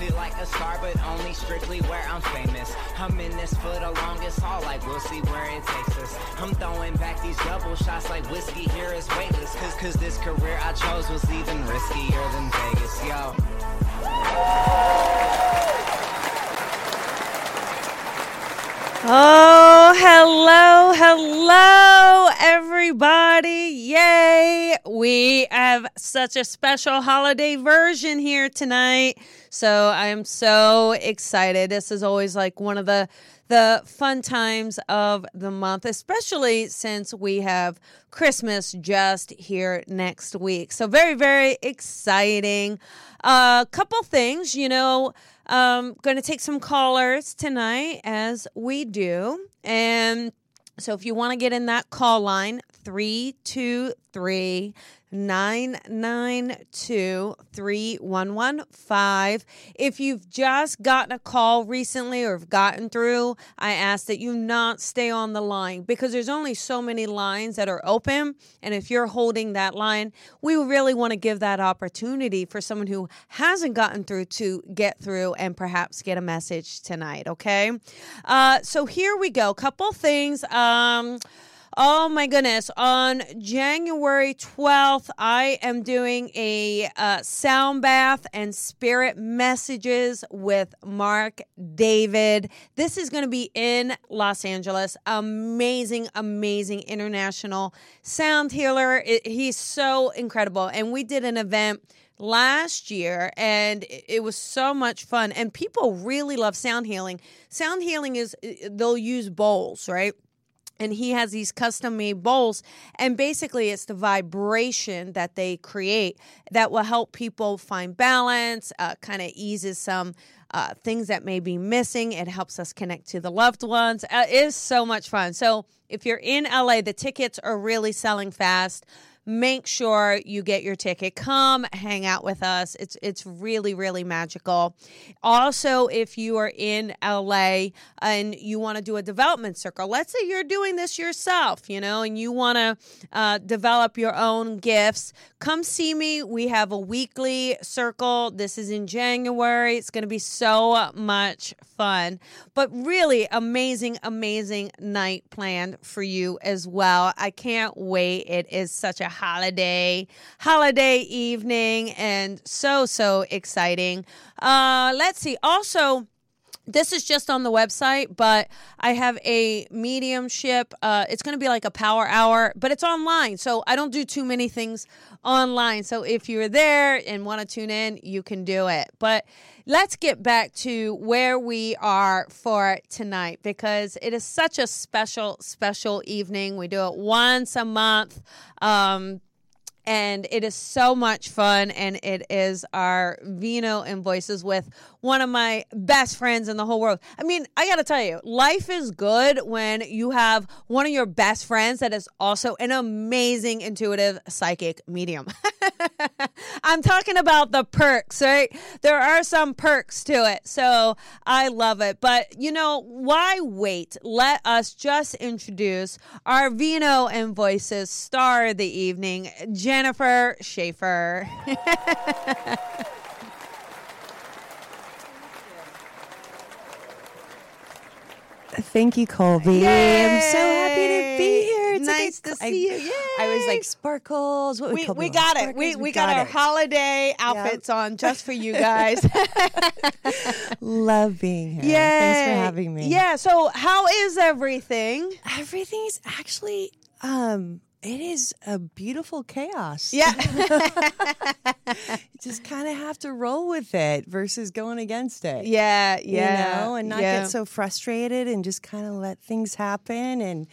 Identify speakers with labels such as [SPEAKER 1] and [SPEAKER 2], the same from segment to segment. [SPEAKER 1] Fit like a star, but only strictly where I'm famous. I'm in this for the longest haul, like we'll see where it takes us. I'm throwing back these double shots like whiskey here is weightless. Cause, cause this career I chose was even riskier than Vegas, yo.
[SPEAKER 2] Oh, hello, hello, everybody. Yay. We have such a special holiday version here tonight. So I am so excited. This is always like one of the the fun times of the month, especially since we have Christmas just here next week. So very, very exciting. A couple things, you know, um, going to take some callers tonight as we do, and so if you want to get in that call line, 323 992 3115. If you've just gotten a call recently or have gotten through, I ask that you not stay on the line because there's only so many lines that are open. And if you're holding that line, we really want to give that opportunity for someone who hasn't gotten through to get through and perhaps get a message tonight, okay? Uh, so here we go. Couple things. Um, Oh my goodness. On January 12th, I am doing a uh, sound bath and spirit messages with Mark David. This is going to be in Los Angeles. Amazing, amazing international sound healer. It- he's so incredible. And we did an event last year and it it was so much fun. And people really love sound healing. Sound healing is, they'll use bowls, right? and he has these custom made bowls and basically it's the vibration that they create that will help people find balance uh, kind of eases some uh, things that may be missing it helps us connect to the loved ones uh, it is so much fun so if you're in la the tickets are really selling fast make sure you get your ticket come hang out with us it's it's really really magical also if you are in LA and you want to do a development circle let's say you're doing this yourself you know and you want to uh, develop your own gifts come see me we have a weekly circle this is in January it's going to be so much fun but really amazing amazing night planned for you as well I can't wait it is such a holiday holiday evening and so so exciting uh let's see also this is just on the website, but I have a mediumship. Uh, it's going to be like a power hour, but it's online. So I don't do too many things online. So if you're there and want to tune in, you can do it. But let's get back to where we are for tonight because it is such a special, special evening. We do it once a month. Um, and it is so much fun and it is our vino and voices with one of my best friends in the whole world i mean i gotta tell you life is good when you have one of your best friends that is also an amazing intuitive psychic medium i'm talking about the perks right there are some perks to it so i love it but you know why wait let us just introduce our vino and voices star of the evening jennifer schaefer
[SPEAKER 3] Thank you, Colby. I'm so happy to be
[SPEAKER 2] Yay.
[SPEAKER 3] here. It's like
[SPEAKER 2] Nice
[SPEAKER 3] I-
[SPEAKER 2] to
[SPEAKER 3] I-
[SPEAKER 2] see you.
[SPEAKER 3] I was
[SPEAKER 2] Yay.
[SPEAKER 3] like sparkles. What would
[SPEAKER 2] we,
[SPEAKER 3] Colby
[SPEAKER 2] we
[SPEAKER 3] want?
[SPEAKER 2] got it. We,
[SPEAKER 3] Sparkles,
[SPEAKER 2] we, got, our
[SPEAKER 3] it.
[SPEAKER 2] holiday outfits on just for you guys.
[SPEAKER 3] Love being here.
[SPEAKER 2] Yeah.
[SPEAKER 3] Thanks for having me.
[SPEAKER 2] Yeah. So, how is everything?
[SPEAKER 3] Everything is actually um it is a beautiful chaos.
[SPEAKER 2] Yeah.
[SPEAKER 3] You just kind of have to roll with it versus going against it.
[SPEAKER 2] yeah. Yeah.
[SPEAKER 3] You know, and not
[SPEAKER 2] yeah.
[SPEAKER 3] get so frustrated and just kind of let things happen and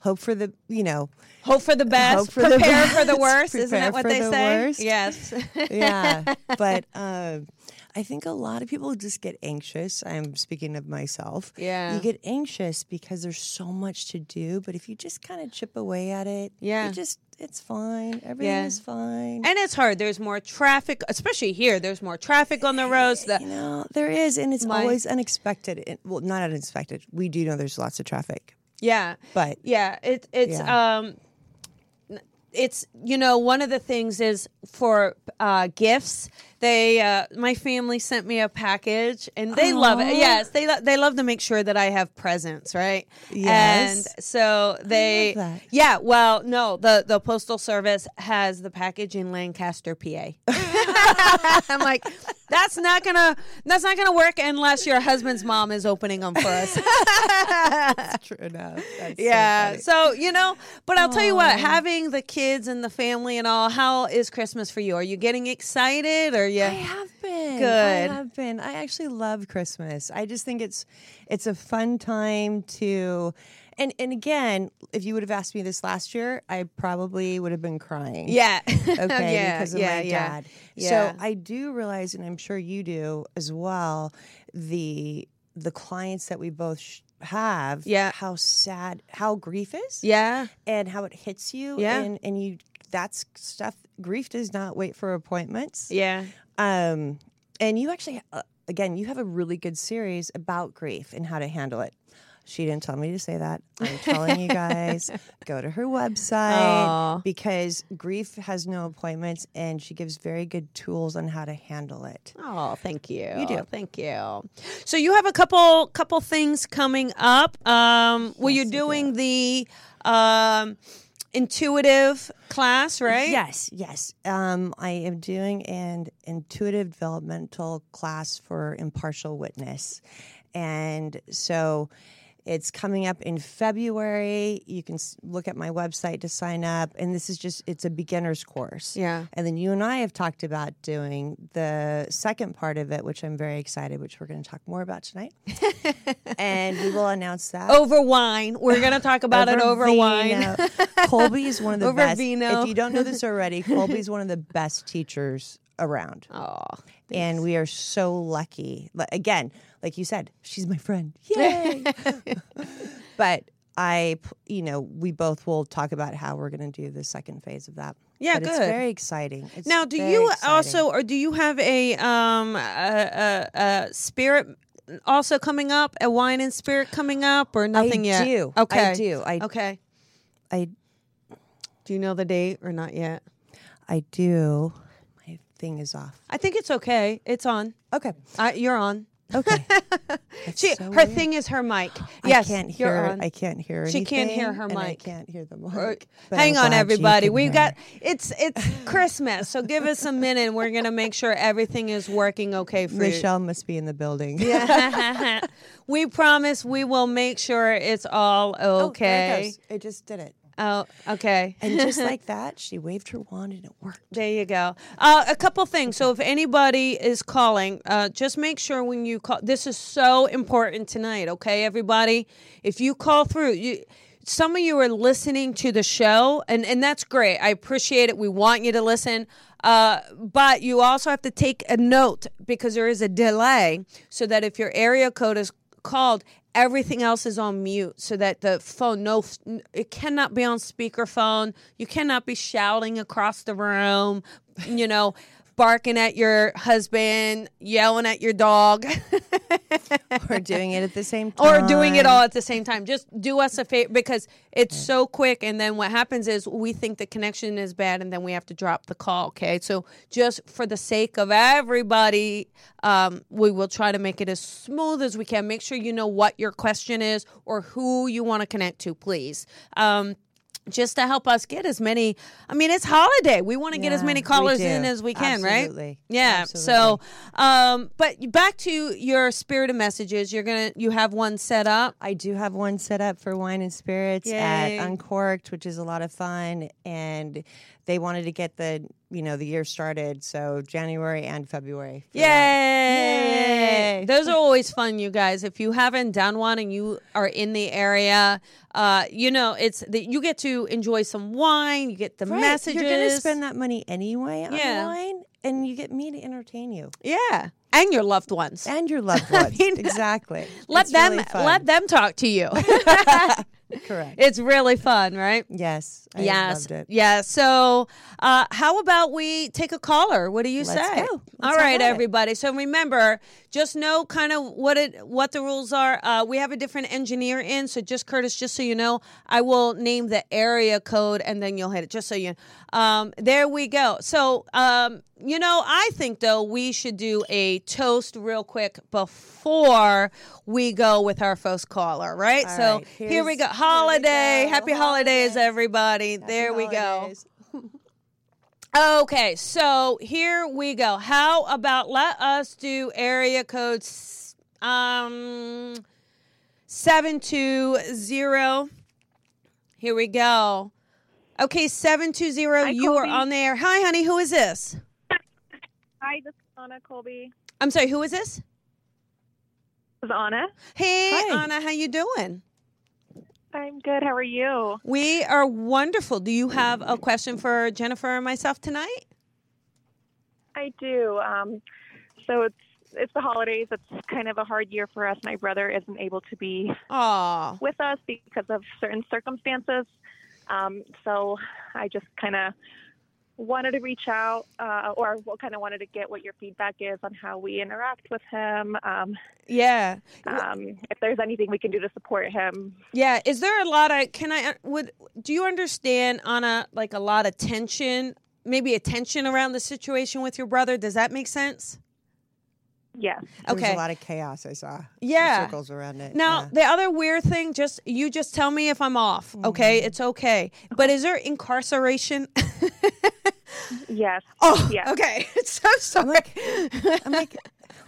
[SPEAKER 3] hope for the, you know,
[SPEAKER 2] Hope for the best.
[SPEAKER 3] Hope for the
[SPEAKER 2] Prepare
[SPEAKER 3] best.
[SPEAKER 2] for the worst. Isn't
[SPEAKER 3] Prepare
[SPEAKER 2] that what
[SPEAKER 3] for
[SPEAKER 2] they
[SPEAKER 3] the
[SPEAKER 2] say?
[SPEAKER 3] worst.
[SPEAKER 2] Yes.
[SPEAKER 3] yeah. But um, I think a lot of people just get anxious. I'm speaking of myself.
[SPEAKER 2] Yeah.
[SPEAKER 3] You get anxious because there's so much to do. But if you just kind of chip away at it,
[SPEAKER 2] Yeah.
[SPEAKER 3] it just, it's fine. Everything
[SPEAKER 2] Yeah.
[SPEAKER 3] is fine.
[SPEAKER 2] and it's hard. There's more traffic, especially here. There's more traffic on the roads. The,
[SPEAKER 3] you know, there is. And it's
[SPEAKER 2] My-
[SPEAKER 3] always unexpected. It, well, not unexpected. We do know there's lots of traffic.
[SPEAKER 2] yeah.
[SPEAKER 3] But
[SPEAKER 2] Yeah. It, it's
[SPEAKER 3] Yeah.
[SPEAKER 2] um. n- it's you know one of the things is for uh, gifts. They uh, my family sent me a package and they love it. Yes, they lo- they love to make sure that I have presents, right?
[SPEAKER 3] Yes.
[SPEAKER 2] And so they
[SPEAKER 3] love that.
[SPEAKER 2] yeah. Well, no, the the postal service has the package in Lancaster, PA. I'm like, that's not gonna that's not gonna work unless your husband's mom is opening them for us.
[SPEAKER 3] True enough.
[SPEAKER 2] yeah. So, you know, but I'll tell you what, having the kids and the family and all, how is Christmas for you? Are you getting excited? Or you?
[SPEAKER 3] I have been.
[SPEAKER 2] Good.
[SPEAKER 3] I have been. I actually love Christmas. I just think it's it's a fun time to and and again, if you would have asked me this last year, I probably would have been crying.
[SPEAKER 2] yeah. Oh,
[SPEAKER 3] Okay,
[SPEAKER 2] yeah,
[SPEAKER 3] because of
[SPEAKER 2] yeah,
[SPEAKER 3] my
[SPEAKER 2] yeah.
[SPEAKER 3] dad.
[SPEAKER 2] Yeah.
[SPEAKER 3] So I do realize, and I'm sure you do as well, the the clients that we both sh- have.
[SPEAKER 2] Yeah.
[SPEAKER 3] How sad, how grief is.
[SPEAKER 2] yeah.
[SPEAKER 3] and how it hits you.
[SPEAKER 2] Yeah.
[SPEAKER 3] And, and you, that's stuff. Grief does not wait for appointments.
[SPEAKER 2] Yeah.
[SPEAKER 3] Um, and you actually, uh, again, you have a really good series about grief and how to handle it. She didn't tell me to say that. I'm telling you guys, go to her website
[SPEAKER 2] Aw.
[SPEAKER 3] because grief has no appointments and she gives very good tools on how to handle it.
[SPEAKER 2] Oh, thank you.
[SPEAKER 3] You do.
[SPEAKER 2] Thank you. So you have a couple couple things coming up. Um, well, you're doing the um, intuitive class, right?
[SPEAKER 3] Yes, yes. Um, I am doing an intuitive developmental class for impartial witness. And so it's coming up in February. You can s- look at my website to sign up. And this is just, it's a beginner's course.
[SPEAKER 2] Yeah.
[SPEAKER 3] And then you and I have talked about doing the second part of it, which I'm very excited, which we're going to talk more about tonight. and we will announce that.
[SPEAKER 2] Over wine. We're gonna talk about it over wine.
[SPEAKER 3] Vino. Colby is one of the
[SPEAKER 2] Over
[SPEAKER 3] best.
[SPEAKER 2] Vino.
[SPEAKER 3] If you don't know this already, Colby is one of the best teachers around.
[SPEAKER 2] Oh,
[SPEAKER 3] And we are so lucky. But again, like you said, she's my friend. Yay. but I, p- you know, we both will talk about how we're going to do the second phase of that.
[SPEAKER 2] Yeah,
[SPEAKER 3] But It's
[SPEAKER 2] good.
[SPEAKER 3] very exciting. It's
[SPEAKER 2] Now, do
[SPEAKER 3] very
[SPEAKER 2] you
[SPEAKER 3] exciting.
[SPEAKER 2] also, or do you have a um a, a, a spirit also coming up, a wine and spirit coming up, or nothing yet?
[SPEAKER 3] do. I
[SPEAKER 2] Okay.
[SPEAKER 3] do. I-
[SPEAKER 2] okay.
[SPEAKER 3] I,
[SPEAKER 2] Do you know the date or not yet?
[SPEAKER 3] I do. My thing is off.
[SPEAKER 2] I think it's okay. It's on.
[SPEAKER 3] Okay.
[SPEAKER 2] I, you're on.
[SPEAKER 3] Okay.
[SPEAKER 2] She,
[SPEAKER 3] so
[SPEAKER 2] her
[SPEAKER 3] weird.
[SPEAKER 2] thing is her mic. Yes,
[SPEAKER 3] I can't
[SPEAKER 2] you're
[SPEAKER 3] hear.
[SPEAKER 2] on.
[SPEAKER 3] I can't hear. Uh,
[SPEAKER 2] She can't hear
[SPEAKER 3] anything,
[SPEAKER 2] her
[SPEAKER 3] and I
[SPEAKER 2] mic.
[SPEAKER 3] can't hear the
[SPEAKER 2] Or-
[SPEAKER 3] mic. but I'm
[SPEAKER 2] Hang on,
[SPEAKER 3] glad you
[SPEAKER 2] everybody.
[SPEAKER 3] can
[SPEAKER 2] We've
[SPEAKER 3] hear.
[SPEAKER 2] got it's it's Christmas, so give us a minute. and We're gonna make sure everything is working okay for you.
[SPEAKER 3] Michelle must be in the building. Yeah.
[SPEAKER 2] we promise we will make sure it's all okay.
[SPEAKER 3] Oh, it, just did it,
[SPEAKER 2] Oh, okay.
[SPEAKER 3] and just like that, she waved her wand and it worked.
[SPEAKER 2] There you go. Uh, a couple things. So, if anybody is calling, uh, just make sure when you call. This is so important tonight, okay, everybody. If you call through, you, some of you are listening to the show, and and that's great. I appreciate it. We want you to listen, uh, but you also have to take a note because there is a delay, so that if your area code is called everything else is on mute so that the phone no it cannot be on speakerphone you cannot be shouting across the room you know barking at your husband yelling at your dog
[SPEAKER 3] We're doing it at the same time.
[SPEAKER 2] or doing it all at the same time just do us a favor because it's so quick and then what happens is we think the connection is bad and then we have to drop the call okay so just for the sake of everybody um, we will try to make it as smooth as we can make sure you know what your question is or who you want to connect to please um, just to help us get as many i mean it's holiday we want to get as
[SPEAKER 3] Yeah,
[SPEAKER 2] many
[SPEAKER 3] Uh, we
[SPEAKER 2] callers
[SPEAKER 3] do.
[SPEAKER 2] in as we can right
[SPEAKER 3] Absolutely.
[SPEAKER 2] yeah so
[SPEAKER 3] Absolutely.
[SPEAKER 2] um, but back to your spirit of messages you're gonna you have one set up
[SPEAKER 3] I do have one set up for wine and spirits
[SPEAKER 2] Yay.
[SPEAKER 3] at Uncorked, which is a lot of fun, and they wanted to get the you know the year started, so January and February. for that.
[SPEAKER 2] Yay!
[SPEAKER 3] Yay.
[SPEAKER 2] Those are always fun, you guys. If you haven't done one and you are in the area, uh, you know it's that you get to enjoy some wine. You get the
[SPEAKER 3] Right.
[SPEAKER 2] messages.
[SPEAKER 3] You're going to spend that money anyway on
[SPEAKER 2] Yeah.
[SPEAKER 3] wine, and you get me to entertain you
[SPEAKER 2] yeah, and your loved ones.
[SPEAKER 3] and your loved ones. exactly.
[SPEAKER 2] let
[SPEAKER 3] It's
[SPEAKER 2] them
[SPEAKER 3] really fun.
[SPEAKER 2] let them talk to you.
[SPEAKER 3] Correct.
[SPEAKER 2] It's really fun, right?
[SPEAKER 3] Yes. I
[SPEAKER 2] yes.
[SPEAKER 3] Loved it.
[SPEAKER 2] Yeah. So, uh, how about we take a caller? What do you
[SPEAKER 3] Let's
[SPEAKER 2] say?
[SPEAKER 3] go. Let's
[SPEAKER 2] All
[SPEAKER 3] have
[SPEAKER 2] right,
[SPEAKER 3] at it.
[SPEAKER 2] everybody. So remember, just know kind of what it what the rules are. Uh, we have a different engineer in, so just Curtis, just so you know, I will name the area code, and then you'll hit it. Just so you. Um, there we go. So, um, you know, I think though we should do a toast real quick before we go with our first caller, right?
[SPEAKER 3] All
[SPEAKER 2] so
[SPEAKER 3] right.
[SPEAKER 2] here we
[SPEAKER 3] Here's-
[SPEAKER 2] go.
[SPEAKER 3] here we
[SPEAKER 2] Holiday.
[SPEAKER 3] go.
[SPEAKER 2] Happy holidays,
[SPEAKER 3] Holidays.
[SPEAKER 2] everybody. there we go. Okay, so here we go. How about let us do area code s- um 720. Here we go. Okay, 720,
[SPEAKER 4] Hi,
[SPEAKER 2] you are
[SPEAKER 4] Colby.
[SPEAKER 2] on the air. Hi honey, who is this?
[SPEAKER 4] Hi, this is Anna Colby.
[SPEAKER 2] I'm sorry, who is this?
[SPEAKER 4] This is Anna.
[SPEAKER 2] Hey
[SPEAKER 3] Hi.
[SPEAKER 2] Anna, how you doing?
[SPEAKER 4] I'm good. How are you?
[SPEAKER 2] We are wonderful. Do you have a question for Jennifer or myself tonight?
[SPEAKER 4] I do. Um, so it's it's the holidays. It's kind of a hard year for us. My brother isn't able to be
[SPEAKER 2] Aw.
[SPEAKER 4] with us because of certain circumstances. Um, so I just kind of wanted to reach out, uh, or kind of wanted to get what your feedback is on how we interact with him. Um,
[SPEAKER 2] Yeah.
[SPEAKER 4] um, if there's anything we can do to support him.
[SPEAKER 2] Yeah, is there a lot of can I uh, would do you understand Anna like a lot of tension, maybe a tension around the situation with your brother? Does that make sense?
[SPEAKER 4] Yes.
[SPEAKER 3] There was
[SPEAKER 2] Okay.
[SPEAKER 3] a lot of chaos I saw.
[SPEAKER 2] Yeah.
[SPEAKER 3] Circles around it.
[SPEAKER 2] Now,
[SPEAKER 3] yeah. Mm-hmm.
[SPEAKER 2] the other weird thing just you just tell me if I'm off, okay? It's okay. But is there incarceration?
[SPEAKER 4] Yes.
[SPEAKER 2] oh,
[SPEAKER 4] Yes.
[SPEAKER 2] okay. It's so sorry.
[SPEAKER 3] I'm like,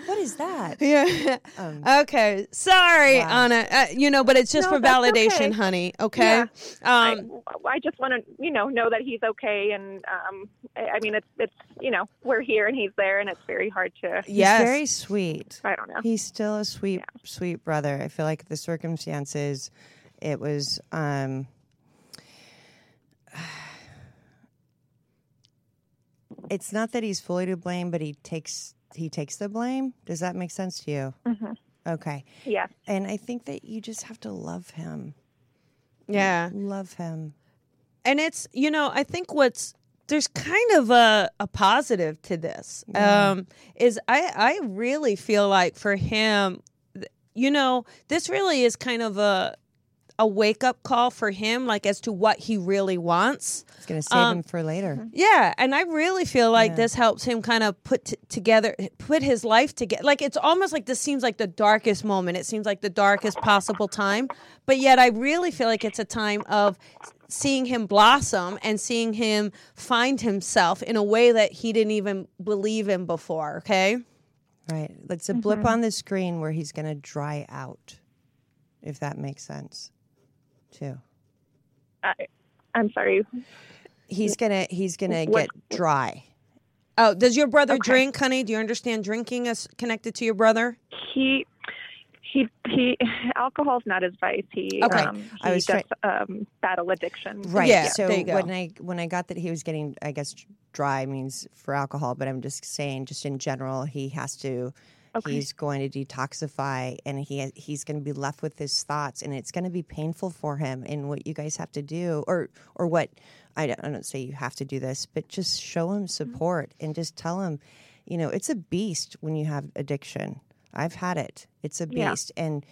[SPEAKER 3] what is that?
[SPEAKER 2] yeah.
[SPEAKER 3] Um,
[SPEAKER 2] Okay. Sorry,
[SPEAKER 3] Wow.
[SPEAKER 2] Anna. Uh, you know, but it's just
[SPEAKER 4] No,
[SPEAKER 2] for
[SPEAKER 4] that's
[SPEAKER 2] validation,
[SPEAKER 4] okay.
[SPEAKER 2] honey, okay?
[SPEAKER 4] Yeah.
[SPEAKER 2] Um
[SPEAKER 4] I, I just want to, you know, know that he's okay, and um, I, I mean, it's it's you know, we're here and he's there, and it's very hard to.
[SPEAKER 3] He's
[SPEAKER 2] yes.
[SPEAKER 3] very sweet.
[SPEAKER 4] I don't know.
[SPEAKER 3] He's still a sweet, sweet brother. I feel like the circumstances, it was, um, it's not that he's fully to blame, but he takes he takes the blame. Does that make sense to you?
[SPEAKER 4] Mm-hmm.
[SPEAKER 3] Okay,
[SPEAKER 4] Yes,
[SPEAKER 3] and I think that you just have to love him,
[SPEAKER 2] yeah.
[SPEAKER 3] love him.
[SPEAKER 2] and it's you know i think what's there's kind of a, a positive to this um is i i really feel like for him th- you know this really is kind of a a wake up call for him like as to what he really wants
[SPEAKER 3] It's gonna save him for later.
[SPEAKER 2] yeah, and I really feel like
[SPEAKER 3] Yeah.
[SPEAKER 2] this helps him kind of put t- together, put his life together. Like it's almost like this seems like the darkest moment. It seems like the darkest possible time, but yet I really feel like it's a time of seeing him blossom and seeing him find himself in a way that he didn't even believe in before. Okay.
[SPEAKER 3] Right? It's a blip on the screen where he's gonna dry out, if that makes sense, too.
[SPEAKER 4] I, I'm sorry.
[SPEAKER 3] He's gonna he's gonna
[SPEAKER 4] What-
[SPEAKER 3] get dry.
[SPEAKER 2] Oh, does your brother drink, honey? Do you understand drinking is connected to your brother?
[SPEAKER 4] He he he. Alcohol's not his vice. He
[SPEAKER 2] Okay.
[SPEAKER 4] um,
[SPEAKER 3] I
[SPEAKER 4] he
[SPEAKER 3] was
[SPEAKER 4] does um, battle addiction.
[SPEAKER 3] Right.
[SPEAKER 2] Yeah,
[SPEAKER 3] so
[SPEAKER 2] there you go.
[SPEAKER 3] when I when I got that he was getting, I guess dry means for alcohol, but I'm just saying, just in general, he has to. He's going to detoxify, and he he's going to be left with his thoughts, and it's going to be painful for him. And what you guys have to do, or or what I don't, I don't say you have to do this, but just show
[SPEAKER 2] Mm-hmm.
[SPEAKER 3] him support and just tell him, you know, it's a beast when you have addiction. I've had it. It's a
[SPEAKER 4] Yeah.
[SPEAKER 3] beast, and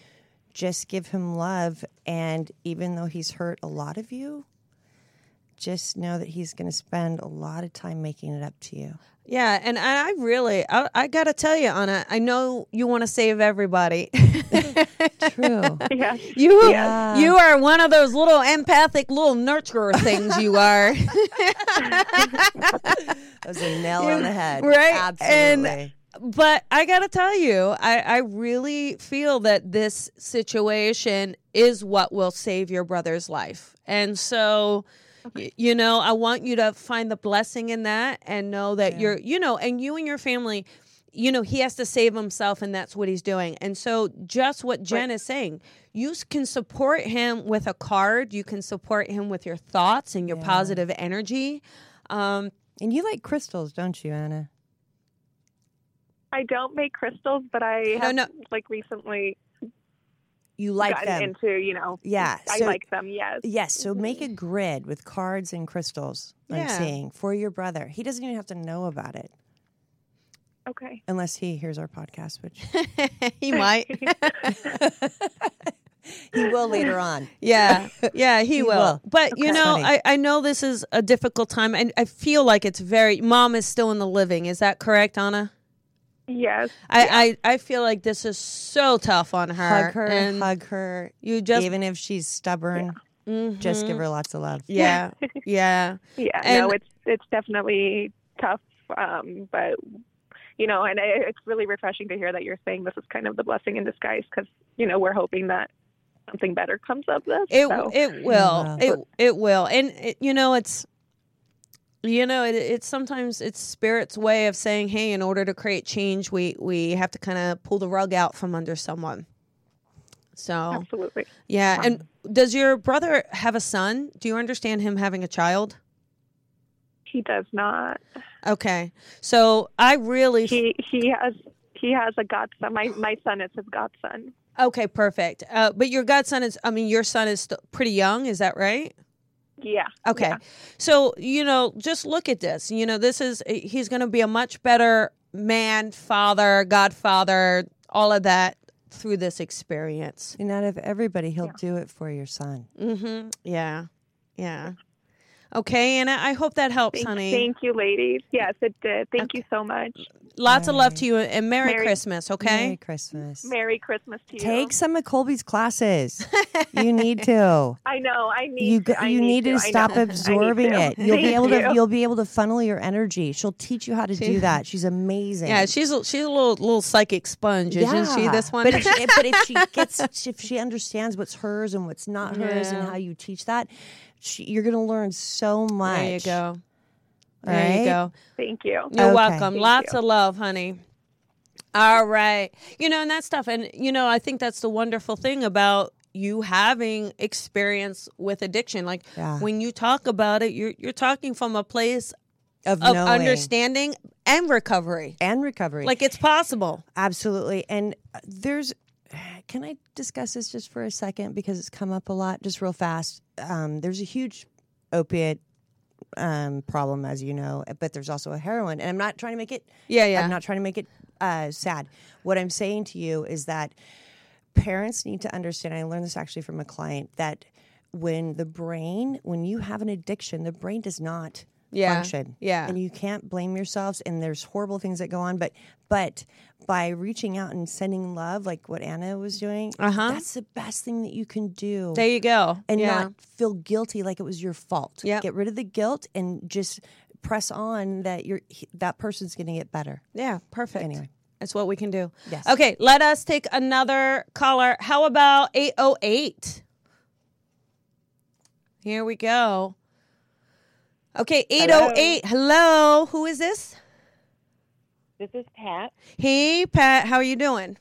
[SPEAKER 3] just give him love. And even though he's hurt a lot of you, just know that he's going to spend a lot of time making it up to you.
[SPEAKER 2] Yeah, and I, I really, I, I gotta tell you, Anna, I know you want to save everybody.
[SPEAKER 3] True.
[SPEAKER 4] Yeah.
[SPEAKER 2] You
[SPEAKER 3] Yeah.
[SPEAKER 2] you are one of those little empathic little nurturer things you are.
[SPEAKER 3] that was a nail on the head.
[SPEAKER 2] Right? And-
[SPEAKER 3] Absolutely.
[SPEAKER 2] but I got to tell you, I, I really feel that this situation is what will save your brother's life. And so, y- you know, I want you to find the blessing in that and know that you're, you know, and you and your family, you know, he has to save himself and that's what he's doing. And so, just what Jen is saying, you s- can support him with a card, you can support him with your thoughts and your positive energy. Um,
[SPEAKER 3] and you like crystals, don't you, Anna?
[SPEAKER 4] I don't make crystals, but I have
[SPEAKER 2] no.
[SPEAKER 4] like recently.
[SPEAKER 3] you like
[SPEAKER 4] gotten
[SPEAKER 3] them.
[SPEAKER 4] into, you know,
[SPEAKER 3] Yeah,
[SPEAKER 4] I
[SPEAKER 3] so-
[SPEAKER 4] like Mm-hmm. them. Yes.
[SPEAKER 3] Yes. So make a grid with cards and crystals. I'm
[SPEAKER 2] Yeah.
[SPEAKER 3] seeing for your brother. He doesn't even have to know about it
[SPEAKER 4] Okay.
[SPEAKER 3] unless he hears our podcast, which
[SPEAKER 2] he might.
[SPEAKER 3] he will later on.
[SPEAKER 2] Yeah, yeah, he,
[SPEAKER 3] He
[SPEAKER 2] will.
[SPEAKER 3] will.
[SPEAKER 2] But you
[SPEAKER 3] Okay.
[SPEAKER 2] know,
[SPEAKER 3] Funny.
[SPEAKER 2] I, I know this is a difficult time, and I feel like it's very. Mom is still in the living. Is that correct, Anna?
[SPEAKER 4] Yes.
[SPEAKER 2] I, I, I feel like this is so tough on her.
[SPEAKER 3] Hug her,
[SPEAKER 2] and
[SPEAKER 3] hug her.
[SPEAKER 2] You just mm-hmm.
[SPEAKER 3] even if she's stubborn, just give her lots of love.
[SPEAKER 2] yeah, yeah,
[SPEAKER 4] Yeah.
[SPEAKER 2] And-
[SPEAKER 4] no, it's it's definitely tough, um, but you know, and it, it's really refreshing to hear that you're saying this is kind of the blessing in disguise because you know we're hoping that something better comes of this.
[SPEAKER 2] It
[SPEAKER 4] so.
[SPEAKER 2] it will
[SPEAKER 3] Wow.
[SPEAKER 2] it it will, and it, you know it's. You know, it, it's sometimes it's spirit's way of saying, "Hey, in order to create change, we we have to kind of pull the rug out from under someone." So
[SPEAKER 4] Absolutely.
[SPEAKER 2] Yeah, and does your brother have a son? Do you understand him having a child?
[SPEAKER 4] He does not.
[SPEAKER 2] Okay, so I really
[SPEAKER 4] He he has he has a godson. My my son is his godson.
[SPEAKER 2] okay, perfect. Uh, but your godson is—I mean, your son is st- pretty young. Is that right?
[SPEAKER 4] Yeah.
[SPEAKER 2] Okay.
[SPEAKER 4] Yeah.
[SPEAKER 2] So, you know, just look at this. You know, this is, eh, he's going to be a much better man, father, godfather, all of that through this experience.
[SPEAKER 3] And out of everybody, he'll do it for your son.
[SPEAKER 2] Mm-hmm. Yeah. Yeah. Okay. Anna, I hope that helps,
[SPEAKER 4] Thank,
[SPEAKER 2] honey.
[SPEAKER 4] thank you, ladies. Yes, it did. Thank you so much.
[SPEAKER 2] Lots of love to you and Merry,
[SPEAKER 4] Merry-
[SPEAKER 2] Christmas. Okay.
[SPEAKER 3] Merry Christmas.
[SPEAKER 4] Merry Christmas to you.
[SPEAKER 3] Take some of Colby's classes. you need to.
[SPEAKER 4] I know. I need.
[SPEAKER 3] You
[SPEAKER 4] to,
[SPEAKER 3] go-
[SPEAKER 4] I
[SPEAKER 3] you need
[SPEAKER 4] need
[SPEAKER 3] to
[SPEAKER 4] I know.
[SPEAKER 3] stop
[SPEAKER 4] I need
[SPEAKER 3] absorbing
[SPEAKER 4] to.
[SPEAKER 3] it. You'll be
[SPEAKER 4] Thank
[SPEAKER 3] able
[SPEAKER 4] you.
[SPEAKER 3] to you'll be able to funnel your energy. She'll teach you how to do that. She's amazing.
[SPEAKER 2] Yeah, she's a, she's a little little psychic sponge, isn't she?
[SPEAKER 3] Yeah.
[SPEAKER 2] This one,
[SPEAKER 3] But if she, but if she gets, if she understands what's hers and what's not hers, and
[SPEAKER 2] Yeah.
[SPEAKER 3] how you teach that, she, you're going to learn so much.
[SPEAKER 2] there you go. There you
[SPEAKER 3] Right?
[SPEAKER 2] go.
[SPEAKER 4] Thank you.
[SPEAKER 2] You're
[SPEAKER 3] Okay.
[SPEAKER 2] welcome.
[SPEAKER 4] Thank
[SPEAKER 2] Lots
[SPEAKER 4] you.
[SPEAKER 2] of love, honey. All right. You know, and that stuff. And, you know, I think that's the wonderful thing about you having experience with addiction. Like
[SPEAKER 3] Yeah.
[SPEAKER 2] when you talk about it, you're, you're talking from a place
[SPEAKER 3] Of,
[SPEAKER 2] of
[SPEAKER 3] knowing
[SPEAKER 2] understanding and recovery.
[SPEAKER 3] and recovery.
[SPEAKER 2] Like it's possible.
[SPEAKER 3] absolutely. And uh, there's, can I discuss this just for a second because it's come up a lot, just real fast. Um, there's a huge opiate um, problem, as you know, but there's also a heroin, and I'm not trying to make it
[SPEAKER 2] Yeah, yeah.
[SPEAKER 3] I'm not trying to make it uh, sad. What I'm saying to you is that parents need to understand. I learned this actually from a client that when the brain, when you have an addiction, the brain does not
[SPEAKER 2] Yeah.
[SPEAKER 3] function.
[SPEAKER 2] Yeah.
[SPEAKER 3] and you can't blame yourselves. And there's horrible things that go on, but but by reaching out and sending love, like what Anna was doing,
[SPEAKER 2] Uh-huh.
[SPEAKER 3] that's the best thing that you can do
[SPEAKER 2] there you go.
[SPEAKER 3] and
[SPEAKER 2] yeah.
[SPEAKER 3] not feel guilty like it was your fault.
[SPEAKER 2] Yep.
[SPEAKER 3] Get rid of the guilt and just press on that you're he- that person's going to get better.
[SPEAKER 2] Yeah, perfect.
[SPEAKER 3] Anyway.
[SPEAKER 2] That's what we can do.
[SPEAKER 3] Yes.
[SPEAKER 2] Okay, let us take another caller. How about 808? Here we go. Okay, 808. Hello. Who is this?
[SPEAKER 5] This is Pat.
[SPEAKER 2] Hey, Pat. How are you doing?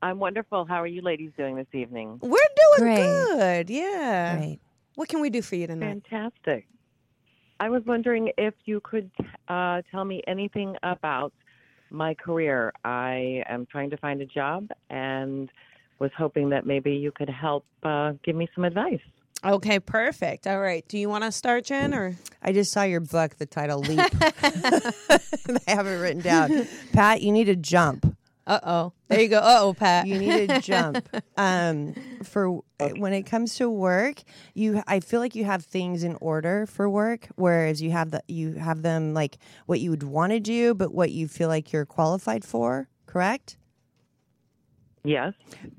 [SPEAKER 5] I'm wonderful. How are you ladies doing this evening?
[SPEAKER 2] We're doing
[SPEAKER 3] Great.
[SPEAKER 2] good. Yeah.
[SPEAKER 3] Right.
[SPEAKER 2] What can we do for you tonight?
[SPEAKER 5] Fantastic. I was wondering if you could uh, tell me anything about my career. I am trying to find a job and was hoping that maybe you could help uh, give me some advice.
[SPEAKER 2] Okay, perfect. All right. Do you want to start, Jen? Or
[SPEAKER 3] I just saw your book, the title Leap. I have it written down. Pat, you need to jump.
[SPEAKER 2] uh oh, there you go. Uh oh, Pat.
[SPEAKER 3] You need to jump. Um, for when it comes to work, you I feel like you have things in order for work, whereas you have the you have them like what you would want to do, but what you feel like you're qualified for. Correct?
[SPEAKER 5] Yes.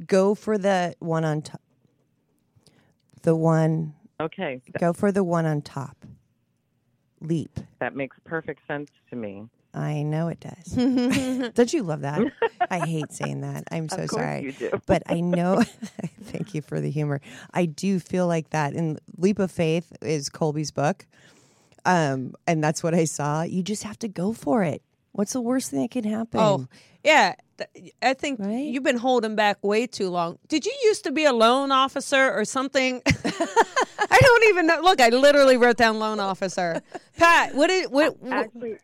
[SPEAKER 3] Go for the one on top. The one.
[SPEAKER 5] Okay. That,
[SPEAKER 3] Go for the one on top. Leap.
[SPEAKER 5] that makes perfect sense to me.
[SPEAKER 3] I know it does. Don't you love that? I hate saying that. I'm so
[SPEAKER 5] of course
[SPEAKER 3] sorry.
[SPEAKER 5] you do.
[SPEAKER 3] But I know, thank you for the humor. I do feel like that. And Leap of Faith is Colby's book. Um, and that's what I saw. You just have to go for it. What's the worst thing that can happen?
[SPEAKER 2] Oh, yeah. Th- I think
[SPEAKER 3] Right?
[SPEAKER 2] you've been holding back way too long. Did you used to be a loan officer or something? I don't even know. Look, I literally wrote down loan officer. Pat, what did what? what-
[SPEAKER 5] Actually,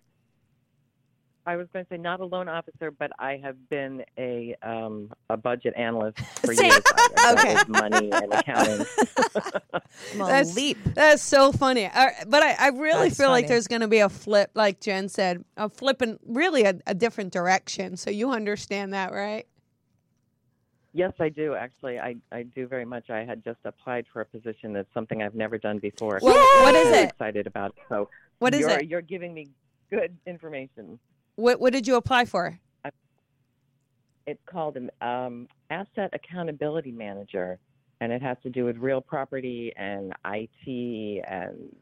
[SPEAKER 5] I was going to say not a loan officer, but I have been a um, a budget analyst for years. I, I
[SPEAKER 3] Okay.
[SPEAKER 5] dealt with money and accounting.
[SPEAKER 3] I'm on
[SPEAKER 2] That's-
[SPEAKER 3] leap.
[SPEAKER 2] That's so funny. I, but I, I really
[SPEAKER 3] That's
[SPEAKER 2] feel like
[SPEAKER 3] funny.
[SPEAKER 2] there's going to be a flip, like Jen said, a flip in really a, a different direction. So you understand that, right?
[SPEAKER 5] Yes, I do actually. I, I do very much. I had just applied for a position that's something I've never done before.
[SPEAKER 2] What- what
[SPEAKER 5] I'm
[SPEAKER 2] is
[SPEAKER 5] very
[SPEAKER 2] it?
[SPEAKER 5] Excited about. it. So
[SPEAKER 2] What is
[SPEAKER 5] you're,
[SPEAKER 2] it?
[SPEAKER 5] You're giving me good information.
[SPEAKER 2] What What did you apply for?
[SPEAKER 5] It's called an um, asset accountability manager, and it has to do with real property and IT and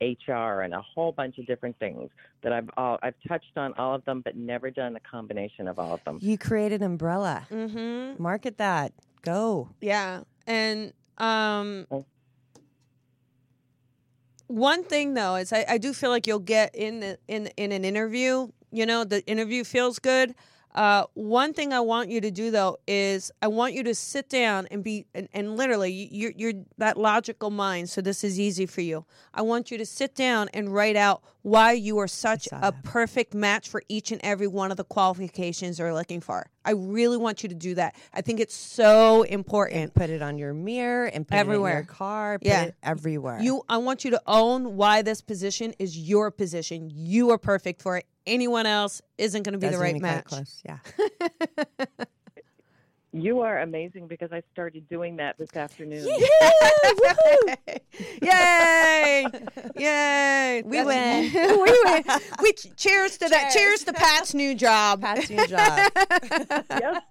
[SPEAKER 5] HR and a whole bunch of different things that I've all, I've touched on all of them, but never done a combination of all of them.
[SPEAKER 3] You create an umbrella.
[SPEAKER 2] Mm-hmm.
[SPEAKER 3] Market that. Go.
[SPEAKER 2] Yeah, and um,
[SPEAKER 5] Oh.
[SPEAKER 2] one thing though is I, I do feel like you'll get in the, in in an interview. You know, the interview feels good. Uh, one thing I want you to do though is I want you to sit down and be and, and literally you, you're you're that logical mind, so this is easy for you. I want you to sit down and write out why you are such
[SPEAKER 3] saw
[SPEAKER 2] a
[SPEAKER 3] that.
[SPEAKER 2] perfect match for each and every one of the qualifications they're looking for. I really want you to do that. I think it's so important.
[SPEAKER 3] Put it on your mirror and put it in
[SPEAKER 2] Everywhere.
[SPEAKER 3] your car. Put
[SPEAKER 2] Yeah.
[SPEAKER 3] it everywhere.
[SPEAKER 2] You, I want you to own why this position is your position. You are perfect for it. Anyone else isn't going to be
[SPEAKER 3] Doesn't
[SPEAKER 2] the right
[SPEAKER 3] even come
[SPEAKER 2] match.
[SPEAKER 3] Close. Yeah.
[SPEAKER 5] You are amazing because I started doing that this afternoon.
[SPEAKER 2] Yay! Yay!
[SPEAKER 3] We
[SPEAKER 2] That's-
[SPEAKER 3] win.
[SPEAKER 2] we win. We ch- cheers to that.
[SPEAKER 3] Cheers.
[SPEAKER 2] Cheers to Pat's new job.
[SPEAKER 3] Pat's new job.
[SPEAKER 5] Yes.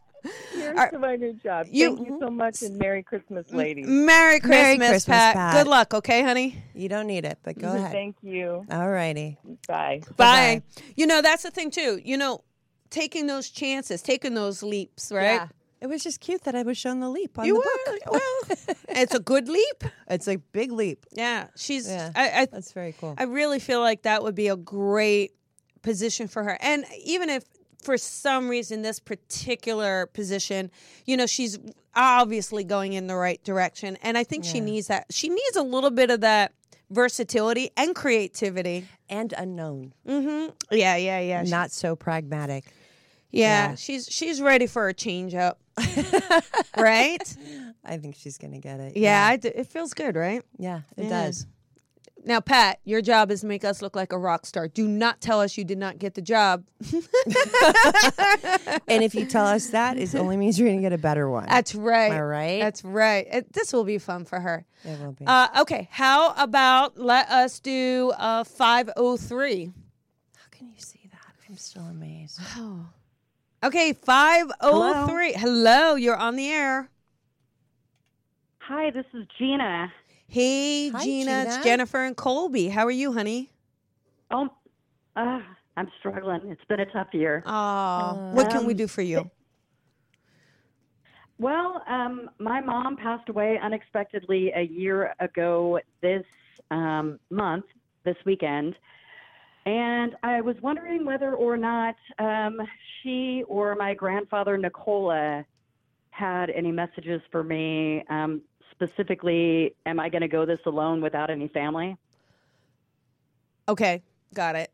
[SPEAKER 5] Here's
[SPEAKER 2] Are-
[SPEAKER 5] to my new job.
[SPEAKER 2] You-
[SPEAKER 5] Thank you so much, and Merry
[SPEAKER 3] Mm,
[SPEAKER 5] Christmas, ladies.
[SPEAKER 2] Merry Christmas,
[SPEAKER 3] Christmas,
[SPEAKER 2] Pat.
[SPEAKER 3] Pat.
[SPEAKER 2] Good luck, okay, honey?
[SPEAKER 3] You don't need it, but go ahead.
[SPEAKER 5] Mm-hmm. Thank you.
[SPEAKER 3] All righty.
[SPEAKER 5] Bye.
[SPEAKER 2] Bye. You know, that's the thing, too. You know, taking those chances, taking those leaps, right?
[SPEAKER 3] Yeah. It was just cute that I was shown the leap on
[SPEAKER 2] You
[SPEAKER 3] the
[SPEAKER 2] were.
[SPEAKER 3] book.
[SPEAKER 2] Well, it's a good leap.
[SPEAKER 3] It's a big leap.
[SPEAKER 2] Yeah, she's.
[SPEAKER 3] Yeah,
[SPEAKER 2] I, I
[SPEAKER 3] That's very cool.
[SPEAKER 2] I really feel like that would be a great position for her. And even if for some reason this particular position, you know, she's obviously going in the right direction. And I think she needs that. She needs a little bit of that versatility and creativity.
[SPEAKER 3] and unknown.
[SPEAKER 2] Mm-hmm. Yeah, yeah, yeah. She-
[SPEAKER 3] Not so pragmatic.
[SPEAKER 2] yeah, she's she's ready for a change up. right?
[SPEAKER 3] I think she's going to get it.
[SPEAKER 2] Yeah, I do. it feels good, right?
[SPEAKER 3] Yeah, it
[SPEAKER 2] Yeah.
[SPEAKER 3] does.
[SPEAKER 2] Now, Pat, your job is to make us look like a rock star. Do not tell us you did not get the job.
[SPEAKER 3] And if you tell us that, it only means you're going to get a better one.
[SPEAKER 2] That's right.
[SPEAKER 3] Am I right?
[SPEAKER 2] That's right. It, this will be fun for her.
[SPEAKER 3] it will be.
[SPEAKER 2] Uh, okay, how about let us do uh, 503?
[SPEAKER 3] How can you see that? I'm still amazed.
[SPEAKER 2] Okay, 503. Hello. you're on the air.
[SPEAKER 6] Hi, this is Gina.
[SPEAKER 2] Hey,
[SPEAKER 3] Hi,
[SPEAKER 2] Gina, it's
[SPEAKER 3] Gina.
[SPEAKER 2] Jennifer and Colby. How are you, honey?
[SPEAKER 6] Oh, uh, I'm struggling. It's been a tough year.
[SPEAKER 2] Oh, what can we do for you?
[SPEAKER 6] Well, um, my mom passed away unexpectedly a year ago this um, month, this weekend. And I was wondering whether or not um, she or my grandfather, Nicola, had any messages for me. Um, specifically, am I going to go this alone without any family?
[SPEAKER 2] Okay, got it.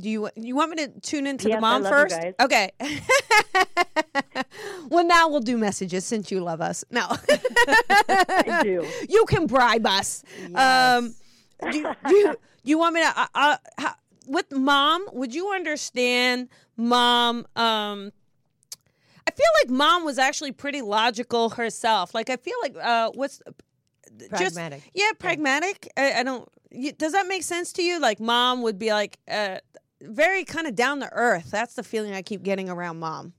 [SPEAKER 2] Do you you want me to tune into the
[SPEAKER 6] Yes, I
[SPEAKER 2] mom
[SPEAKER 6] love you
[SPEAKER 2] first?
[SPEAKER 6] guys.
[SPEAKER 2] Okay. well, now we'll do messages since you love us. No,
[SPEAKER 6] I do.
[SPEAKER 2] you can bribe us. Um, do, you- do you, do you want me to? Uh, uh, how, with mom, would you understand mom? Um, I feel like mom was actually pretty logical herself. Like I feel like uh, what's just-
[SPEAKER 3] Pragmatic.
[SPEAKER 2] yeah, pragmatic. I, I don't. You, does that make sense to you? Like, mom would be like, uh, very kind of down to earth. That's the feeling I keep getting around mom.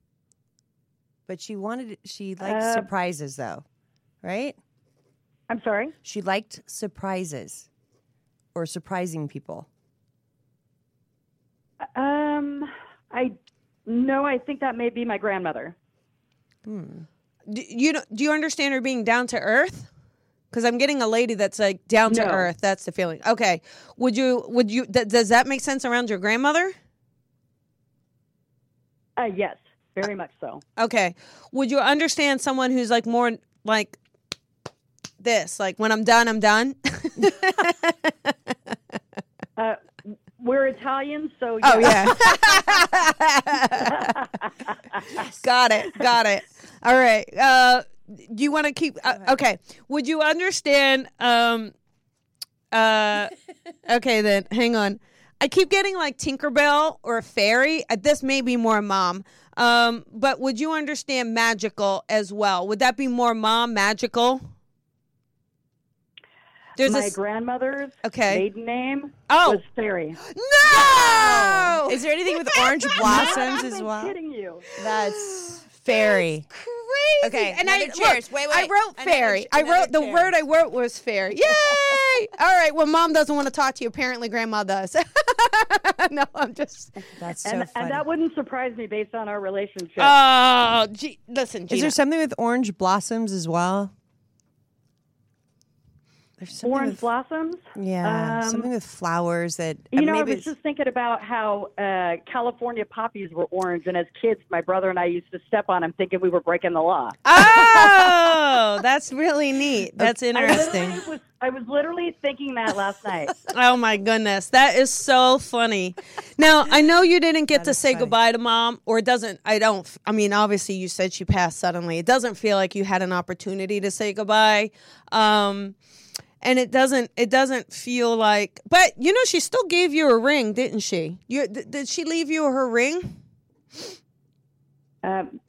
[SPEAKER 3] but she wanted, she liked
[SPEAKER 6] Uh,
[SPEAKER 3] surprises though, right?
[SPEAKER 6] I'm sorry?
[SPEAKER 3] She liked surprises or surprising people.
[SPEAKER 6] Um, I no, I think that may be my grandmother.
[SPEAKER 2] Do you don't- do you understand her being down to earth? Because I'm getting a lady that's like down to
[SPEAKER 6] No.
[SPEAKER 2] earth. That's the feeling. Okay. Would you? Would you? Th- does that make sense around your grandmother?
[SPEAKER 6] Uh, yes, very much so.
[SPEAKER 2] Okay. Would you understand someone who's like more like this? Like when I'm done, I'm done.
[SPEAKER 6] Uh, We're Italian, so
[SPEAKER 2] Oh yeah. Got it. Got it. All right. Uh, do you want to keep? Uh, okay. Would you understand? Um, uh, okay, then hang on. I keep getting like Tinkerbell or fairy. Uh, This may be more mom. Um, but would you understand magical as well? Would that be more mom magical? There's a
[SPEAKER 6] my
[SPEAKER 2] s-
[SPEAKER 6] grandmother's
[SPEAKER 2] Okay.
[SPEAKER 6] maiden name
[SPEAKER 2] Oh.
[SPEAKER 6] was Fairy.
[SPEAKER 2] no.
[SPEAKER 7] Is there anything with orange blossoms as
[SPEAKER 6] I'm
[SPEAKER 7] well?
[SPEAKER 6] kidding you.
[SPEAKER 3] That's fairy.
[SPEAKER 2] crazy.
[SPEAKER 7] Okay,
[SPEAKER 2] and I
[SPEAKER 7] another cheers.
[SPEAKER 2] Look,
[SPEAKER 7] Wait,
[SPEAKER 2] I
[SPEAKER 7] wait.
[SPEAKER 2] wrote
[SPEAKER 7] Another
[SPEAKER 2] fairy.
[SPEAKER 7] ch-
[SPEAKER 2] I
[SPEAKER 7] another
[SPEAKER 2] wrote the
[SPEAKER 7] cheers.
[SPEAKER 2] word I wrote was fairy. Yay! All right. Well, mom doesn't want to talk to you. Apparently, grandma does. no, I'm just.
[SPEAKER 3] That's so
[SPEAKER 6] And,
[SPEAKER 3] funny.
[SPEAKER 6] and that wouldn't surprise me based on our relationship.
[SPEAKER 2] Oh, gee, listen,
[SPEAKER 3] Is
[SPEAKER 2] Gina.
[SPEAKER 3] there something with orange blossoms as well? There's something
[SPEAKER 6] Orange
[SPEAKER 3] with,
[SPEAKER 6] blossoms.
[SPEAKER 3] Yeah,
[SPEAKER 6] Um,
[SPEAKER 3] something with flowers that
[SPEAKER 6] You
[SPEAKER 3] uh,
[SPEAKER 6] know, I
[SPEAKER 3] maybe
[SPEAKER 6] was just thinking about how uh, California poppies were orange, and as kids, my brother and I used to step on them, thinking we were breaking the law.
[SPEAKER 2] oh, that's really neat. That's interesting.
[SPEAKER 6] I was, I was literally thinking that last night.
[SPEAKER 2] Oh my goodness, that is so funny. Now I know you didn't get to say goodbye to mom, or it doesn't. I don't. I mean, obviously you said she passed suddenly. It doesn't feel like you had an opportunity to say goodbye, um, and it doesn't. It doesn't feel like. But you know, she still gave you a ring, didn't she? You th- did she leave you her ring?
[SPEAKER 6] Um,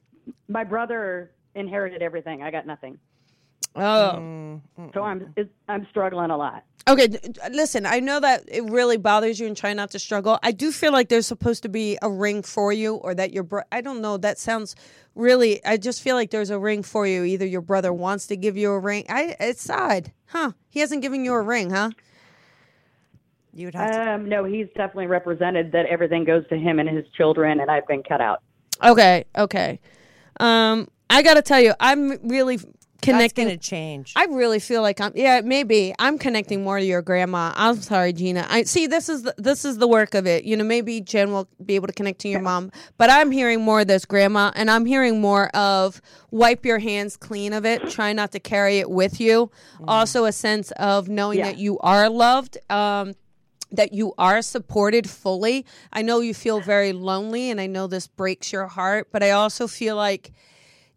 [SPEAKER 6] my brother inherited everything. I got nothing,
[SPEAKER 2] Oh.
[SPEAKER 6] so I'm it's, I'm struggling a lot.
[SPEAKER 2] Okay, d- d- listen, I know that it really bothers you and try not to struggle. I do feel like there's supposed to be a ring for you or that your bro- I don't know, that sounds really I just feel like there's a ring for you. Either your brother wants to give you a ring. I it's odd. Huh. He hasn't given you a ring, huh?
[SPEAKER 3] you would have to.
[SPEAKER 6] Um, no, he's definitely represented that everything goes to him and his children, and I've been cut out.
[SPEAKER 2] Okay, okay. Um I got to tell you, I'm really
[SPEAKER 3] That's
[SPEAKER 2] connecting
[SPEAKER 3] going to change.
[SPEAKER 2] I really feel like I'm. Yeah, maybe I'm connecting more to your grandma. I'm sorry, Gina. I see. This is the, this is the work of it. You know, maybe Jen will be able to connect to your mom, but I'm hearing more of this grandma, and I'm hearing more of wipe your hands clean of it. Try not to carry it with you. Also, a sense of knowing that you are loved. Um, that you are supported fully. I know you feel very lonely, and I know this breaks your heart, but I also feel like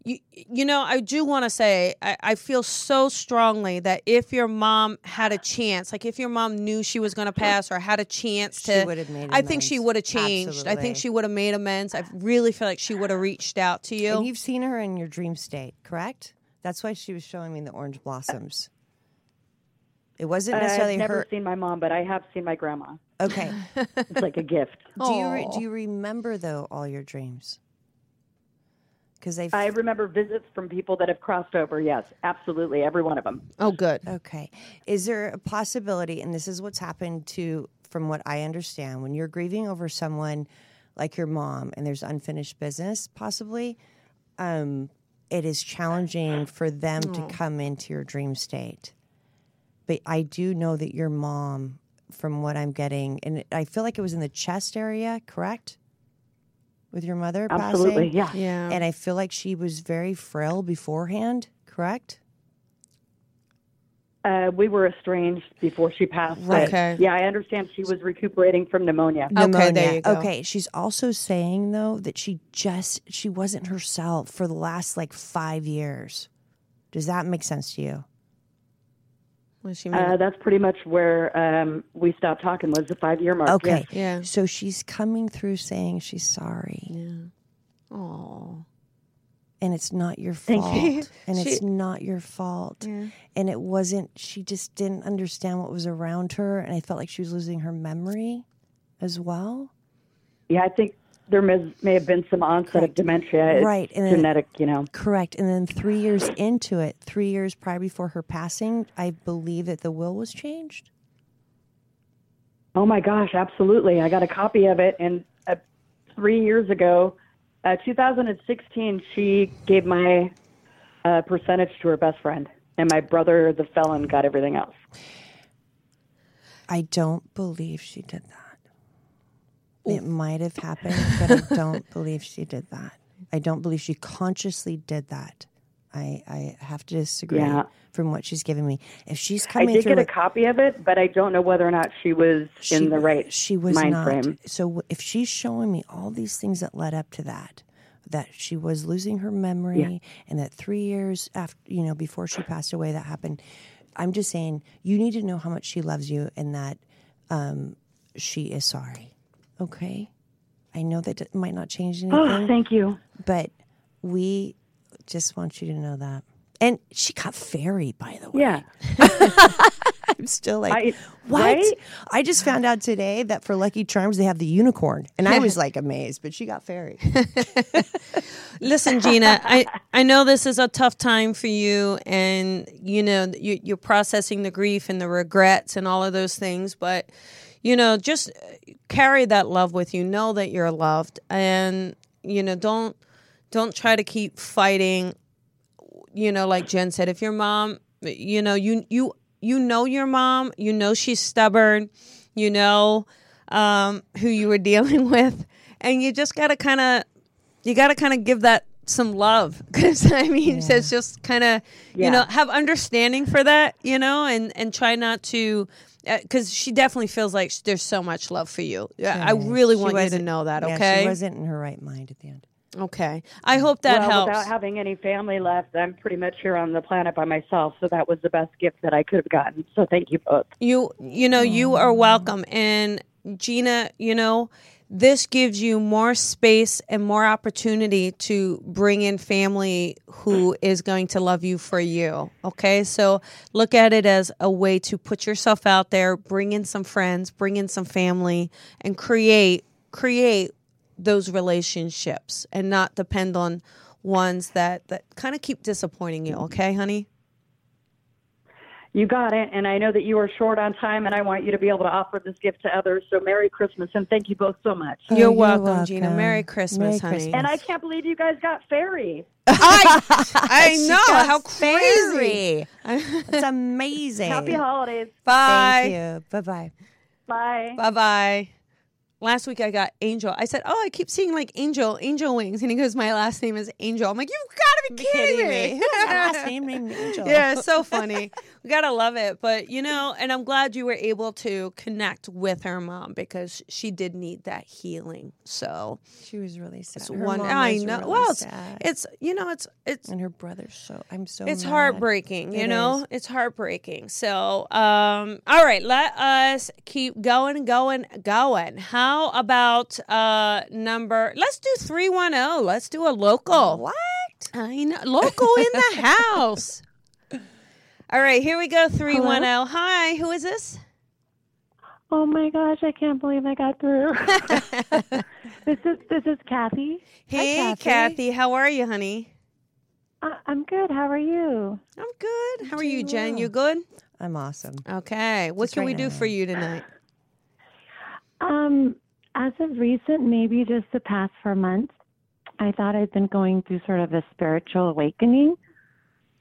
[SPEAKER 2] you, you know, I do want to say I, I feel so strongly that if your mom had a chance, like if your mom knew she was going to pass or had a chance
[SPEAKER 3] She
[SPEAKER 2] to,
[SPEAKER 3] would've made
[SPEAKER 2] I think she
[SPEAKER 3] amends.
[SPEAKER 2] would have changed. I think
[SPEAKER 3] Absolutely.
[SPEAKER 2] she would have made amends. I really feel like she would have reached out to you.
[SPEAKER 3] and you've seen her in your dream state, correct? That's why she was showing me the orange blossoms. It wasn't necessarily
[SPEAKER 6] I've never
[SPEAKER 3] her.
[SPEAKER 6] seen my mom, but I have seen my grandma.
[SPEAKER 3] Okay.
[SPEAKER 6] It's like a gift.
[SPEAKER 3] do you re- do you remember though all your dreams? Because they.
[SPEAKER 6] I remember visits from people that have crossed over. Yes, absolutely, every one of them.
[SPEAKER 2] oh, good.
[SPEAKER 3] Okay. Is there a possibility, and this is what's happened to, from what I understand, when you're grieving over someone like your mom and there's unfinished business, possibly, um, it is challenging for them to come into your dream state. But I do know that your mom, from what I'm getting, and I feel like it was in the chest area, correct? With your mother
[SPEAKER 6] Absolutely,
[SPEAKER 3] passing?
[SPEAKER 6] yeah.
[SPEAKER 2] Yeah.
[SPEAKER 3] And I feel like she was very frail beforehand, correct?
[SPEAKER 6] Uh, we were estranged before she passed. but
[SPEAKER 2] Okay.
[SPEAKER 6] Yeah, I understand she was recuperating from pneumonia.
[SPEAKER 2] Okay, there
[SPEAKER 3] pneumonia.
[SPEAKER 2] you go.
[SPEAKER 3] Okay, she's also saying though that she just she wasn't herself for the last like five years. Does that make sense to you?
[SPEAKER 2] What she mean?
[SPEAKER 6] Uh, that's pretty much where um, we stopped talking was the five year mark.
[SPEAKER 3] Okay,
[SPEAKER 6] yes.
[SPEAKER 2] Yeah.
[SPEAKER 3] So she's coming through saying she's sorry.
[SPEAKER 2] Oh.
[SPEAKER 3] and it's not your fault
[SPEAKER 2] you.
[SPEAKER 3] and it's
[SPEAKER 2] She-
[SPEAKER 3] not your fault and it wasn't she just didn't understand what was around her and i felt like she was losing her memory as well
[SPEAKER 6] Yeah, I think there may, may have been some onset of dementia. It's
[SPEAKER 3] Right, and then-
[SPEAKER 6] genetic, you know.
[SPEAKER 3] correct and then three years into it three years prior before her passing i believe that the will was changed
[SPEAKER 6] Oh my gosh, absolutely. I got a copy of it, and uh, three years ago, uh, 2016, she gave my uh, percentage to her best friend, and my brother, the felon, got everything else.
[SPEAKER 3] I don't believe she did that. It might have happened, but I don't believe she did that. I don't believe she consciously did that. I, I have to disagree
[SPEAKER 6] Yeah.
[SPEAKER 3] from what she's given me. If she's
[SPEAKER 6] I
[SPEAKER 3] coming
[SPEAKER 6] did
[SPEAKER 3] through
[SPEAKER 6] get a
[SPEAKER 3] with,
[SPEAKER 6] copy of it, but I don't know whether or not she was in the
[SPEAKER 3] w-
[SPEAKER 6] right
[SPEAKER 3] she was
[SPEAKER 6] mind
[SPEAKER 3] not.
[SPEAKER 6] frame.
[SPEAKER 3] So w- if she's showing me all these things that led up to that, that she was losing her memory, and that three years after you know before she passed away that happened, I'm just saying you need to know how much she loves you and that um, she is sorry. Okay, I know that it might not change anything.
[SPEAKER 6] Oh, thank you.
[SPEAKER 3] but we just want you to know that. And she got fairy, by the way.
[SPEAKER 6] Yeah.
[SPEAKER 3] I'm still like,
[SPEAKER 6] I-
[SPEAKER 3] what?
[SPEAKER 6] right?
[SPEAKER 3] I just found out today that for Lucky Charms they have the unicorn, and I was like amazed. But she got fairy.
[SPEAKER 2] Listen, Gina, I, I know this is a tough time for you, and you know you, you're processing the grief and the regrets and all of those things. But you know, just uh, carry that love with you. Know that you're loved, and you know don't don't try to keep fighting. You know, like Jen said, if your mom, you know you you you know your mom, you know she's stubborn, you know um, who you were dealing with, and you just gotta kind of you got to kind of give that some love because I mean, so it's just kind of you know have understanding for that, you know, and and try not to because she definitely feels like sh- there's so much love for you. Yeah, I really
[SPEAKER 3] She
[SPEAKER 2] want you to
[SPEAKER 3] wasn't-
[SPEAKER 2] know that.
[SPEAKER 3] yeah,
[SPEAKER 2] Okay,
[SPEAKER 3] she wasn't in her right mind at the end.
[SPEAKER 2] okay. I hope that
[SPEAKER 6] well,
[SPEAKER 2] helps.
[SPEAKER 6] without having any family left, I'm pretty much here on the planet by myself. So that was the best gift that I could have gotten. So thank you both.
[SPEAKER 2] you you know you are welcome and gina you know this gives you more space and more opportunity to bring in family who is going to love you for you okay so look at it as a way to put yourself out there bring in some friends bring in some family and create create those relationships and not depend on ones that that kind of keep disappointing you okay honey
[SPEAKER 6] You got it. And I know that you are short on time, and I want you to be able to offer this gift to others. So Merry Christmas, and thank you both so much.
[SPEAKER 2] you're, welcome, gina merry
[SPEAKER 3] welcome.
[SPEAKER 2] christmas
[SPEAKER 3] Merry
[SPEAKER 2] honey
[SPEAKER 3] Christmas.
[SPEAKER 6] And I can't believe you guys got fairy.
[SPEAKER 2] I know
[SPEAKER 3] got
[SPEAKER 2] how crazy.
[SPEAKER 3] Fairy. That's amazing.
[SPEAKER 6] Happy holidays.
[SPEAKER 2] Bye.
[SPEAKER 3] Thank you. Bye bye.
[SPEAKER 6] Bye.
[SPEAKER 2] Bye bye. Last week I got Angel. I said, "Oh, I keep seeing like Angel, Angel wings," and he goes, "My last name is Angel." I'm like, "You've got to be kidding, me!"
[SPEAKER 3] Who has a last name named Angel?
[SPEAKER 2] yeah, it's so funny. we gotta love it, but you know, and I'm glad you were able to connect with her mom because she did need that healing. So
[SPEAKER 3] She was really sad.
[SPEAKER 2] it's
[SPEAKER 3] Her
[SPEAKER 2] one.
[SPEAKER 3] mom
[SPEAKER 2] I
[SPEAKER 3] was
[SPEAKER 2] know.
[SPEAKER 3] really
[SPEAKER 2] well, it's,
[SPEAKER 3] sad.
[SPEAKER 2] it's you know, it's it's
[SPEAKER 3] and her brother's so. I'm so.
[SPEAKER 2] it's
[SPEAKER 3] mad.
[SPEAKER 2] heartbreaking you
[SPEAKER 3] Oh It
[SPEAKER 2] know
[SPEAKER 3] is.
[SPEAKER 2] it's heartbreaking so um all right let us keep going going going how about uh number let's do 310 let's do a local what i know local in the house all right here we go 310 hi who is this
[SPEAKER 8] Oh my gosh, I can't believe I got through. this is this is Kathy.
[SPEAKER 2] hey kathy. how are you honey
[SPEAKER 8] I, I'm good. How are you?
[SPEAKER 2] i'm good how are you jen you good
[SPEAKER 3] I'm awesome.
[SPEAKER 2] okay what
[SPEAKER 3] Just
[SPEAKER 2] can
[SPEAKER 3] right
[SPEAKER 2] we do
[SPEAKER 3] now.
[SPEAKER 2] for you tonight
[SPEAKER 8] Um, as of recent, maybe just the past four months, I thought I'd been going through sort of a spiritual awakening.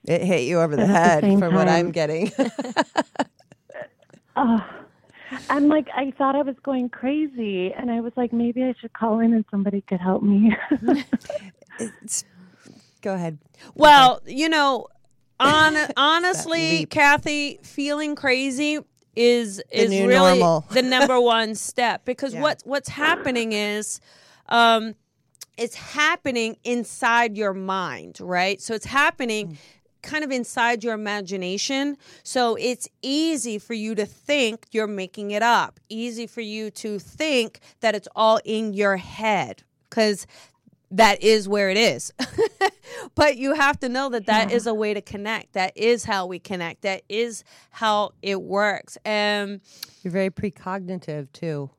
[SPEAKER 3] It hit you over the
[SPEAKER 8] At the
[SPEAKER 3] head
[SPEAKER 8] same
[SPEAKER 3] from what I'm
[SPEAKER 8] time.
[SPEAKER 3] getting.
[SPEAKER 8] Oh, I'm like, I thought I was going crazy, and I was like, maybe I should call in and somebody could help me.
[SPEAKER 3] It's- Go ahead.
[SPEAKER 2] Well, you know, on, honestly,
[SPEAKER 3] leap.
[SPEAKER 2] Kathy, feeling crazy is is
[SPEAKER 3] new
[SPEAKER 2] really
[SPEAKER 3] normal.
[SPEAKER 2] the number one step because
[SPEAKER 3] Yeah.
[SPEAKER 2] what what's happening is um it's happening inside your mind, right? So it's
[SPEAKER 3] Mm.
[SPEAKER 2] happening kind of inside your imagination. So it's easy for you to think you're making it up. Easy for you to think that it's all in your head cuz that is where it is. but you have to know that that is a way to connect. That is how we connect. That is how it works. And
[SPEAKER 3] You're very precognitive too.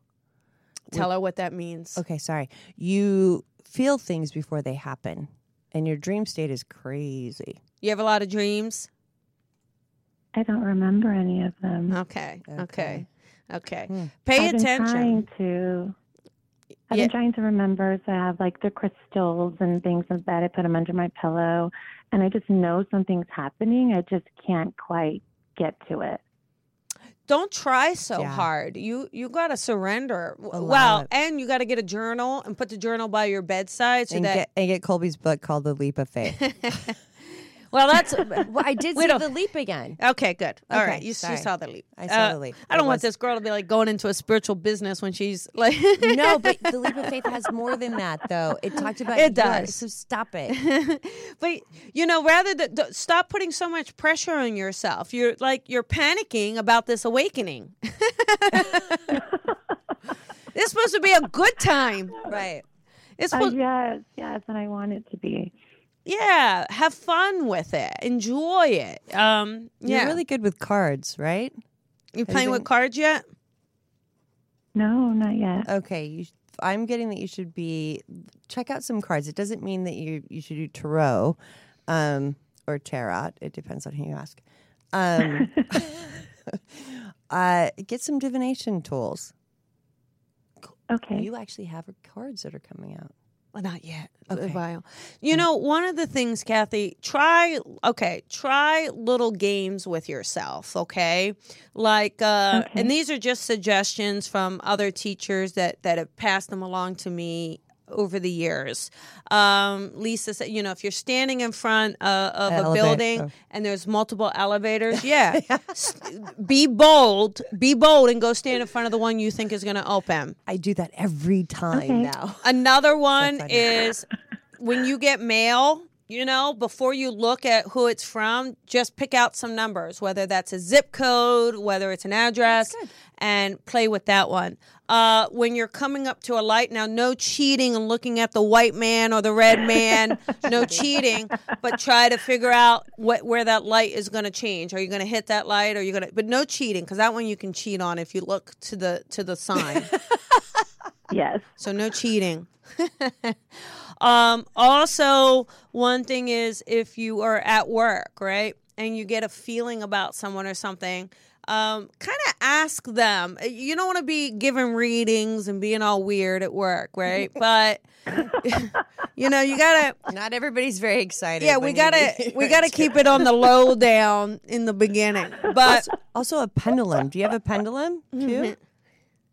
[SPEAKER 2] tell her what that means.
[SPEAKER 3] Okay, sorry. You feel things before they happen, and your dream state is crazy.
[SPEAKER 2] You have a lot of dreams?
[SPEAKER 8] I don't remember any of them.
[SPEAKER 2] Okay. Okay.
[SPEAKER 3] Mm-hmm. Okay.
[SPEAKER 2] Okay.
[SPEAKER 3] Hmm.
[SPEAKER 2] Pay
[SPEAKER 8] I've
[SPEAKER 2] attention.
[SPEAKER 8] Been trying to. I've
[SPEAKER 2] Yeah.
[SPEAKER 8] been trying to remember. So I have like the crystals and things like that. I put them under my pillow, and I just know something's happening. I just can't quite get to it.
[SPEAKER 2] Don't try so
[SPEAKER 3] Yeah.
[SPEAKER 2] hard. You you got to surrender. W
[SPEAKER 3] Allow
[SPEAKER 2] well,
[SPEAKER 3] it.
[SPEAKER 2] and you got to get a journal and put the journal by your bedside so
[SPEAKER 3] and
[SPEAKER 2] that
[SPEAKER 3] get and get Colby's book called The Leap of Faith.
[SPEAKER 2] Well, that's.
[SPEAKER 9] Well, I did
[SPEAKER 2] We
[SPEAKER 9] see
[SPEAKER 2] don't-
[SPEAKER 9] the leap again.
[SPEAKER 2] Okay, good. All right,
[SPEAKER 3] Okay,
[SPEAKER 2] You, you
[SPEAKER 3] sorry.
[SPEAKER 2] saw the leap. Uh,
[SPEAKER 3] I saw the leap.
[SPEAKER 2] I
[SPEAKER 3] It
[SPEAKER 2] don't want
[SPEAKER 3] was-
[SPEAKER 2] this girl to be like going into a spiritual business when she's like.
[SPEAKER 9] No, but the leap of faith has more than that, though. It talked about
[SPEAKER 2] It
[SPEAKER 9] your-
[SPEAKER 2] does.
[SPEAKER 9] So stop it.
[SPEAKER 2] but you know, rather than th- stop putting so much pressure on yourself, you're like you're panicking about this awakening. this is supposed to be a good time.
[SPEAKER 9] Right.
[SPEAKER 2] It's
[SPEAKER 8] Oh,
[SPEAKER 2] supposed,
[SPEAKER 8] yes, yes, and I want it to be.
[SPEAKER 2] Uh, yeah, have fun with it, enjoy it. Um, yeah,
[SPEAKER 3] You're really good with cards, right?
[SPEAKER 2] you playing with
[SPEAKER 3] been-
[SPEAKER 2] cards yet?
[SPEAKER 8] No, not yet.
[SPEAKER 3] Okay, you, sh- I'm getting that you should be check out some cards. It doesn't mean that you you should do tarot um, or tarot. It depends on who you ask. Um, uh, get some divination tools.
[SPEAKER 8] Okay.
[SPEAKER 3] You actually have cards that are coming out.
[SPEAKER 2] Well, not yet.
[SPEAKER 3] Okay.
[SPEAKER 2] While. You know, one of the things, Kathy, try, okay, try little games with yourself, okay? Like, uh, and these are just suggestions from other teachers that, that have passed them along to me over the years. Um, Lisa said, you know, if you're standing in front uh, of a
[SPEAKER 3] Elevate-
[SPEAKER 2] building
[SPEAKER 3] oh.
[SPEAKER 2] and there's multiple elevators, yeah, s- be bold, be bold and go stand in front of the one you think is going to open.
[SPEAKER 3] I do that every time now.
[SPEAKER 2] Another one
[SPEAKER 3] funny.
[SPEAKER 2] is when you get mail, you know, before you look at who it's from, just pick out some numbers, whether that's a zip code, whether it's an address, and play with that one. Uh, when you're coming up to a light, now no cheating and looking at the white man or the red man, no cheating, but try to figure out what where that light is going to change. Are you going to hit that light? Are you going to? But no cheating, because that one you can cheat on if you look to the to the sign.
[SPEAKER 8] Yes.
[SPEAKER 2] So no cheating. um, also, one thing is if you are at work, right, and you get a feeling about someone or something, um, kind of ask them. You don't want to be giving readings and being all weird at work, right? But you know, you gotta.
[SPEAKER 3] Not everybody's very excited.
[SPEAKER 2] Yeah, we
[SPEAKER 3] when you
[SPEAKER 2] gotta
[SPEAKER 3] do
[SPEAKER 2] we
[SPEAKER 3] your
[SPEAKER 2] gotta keep it on the low down in the beginning. But
[SPEAKER 3] Also, a pendulum. Do you have a pendulum too?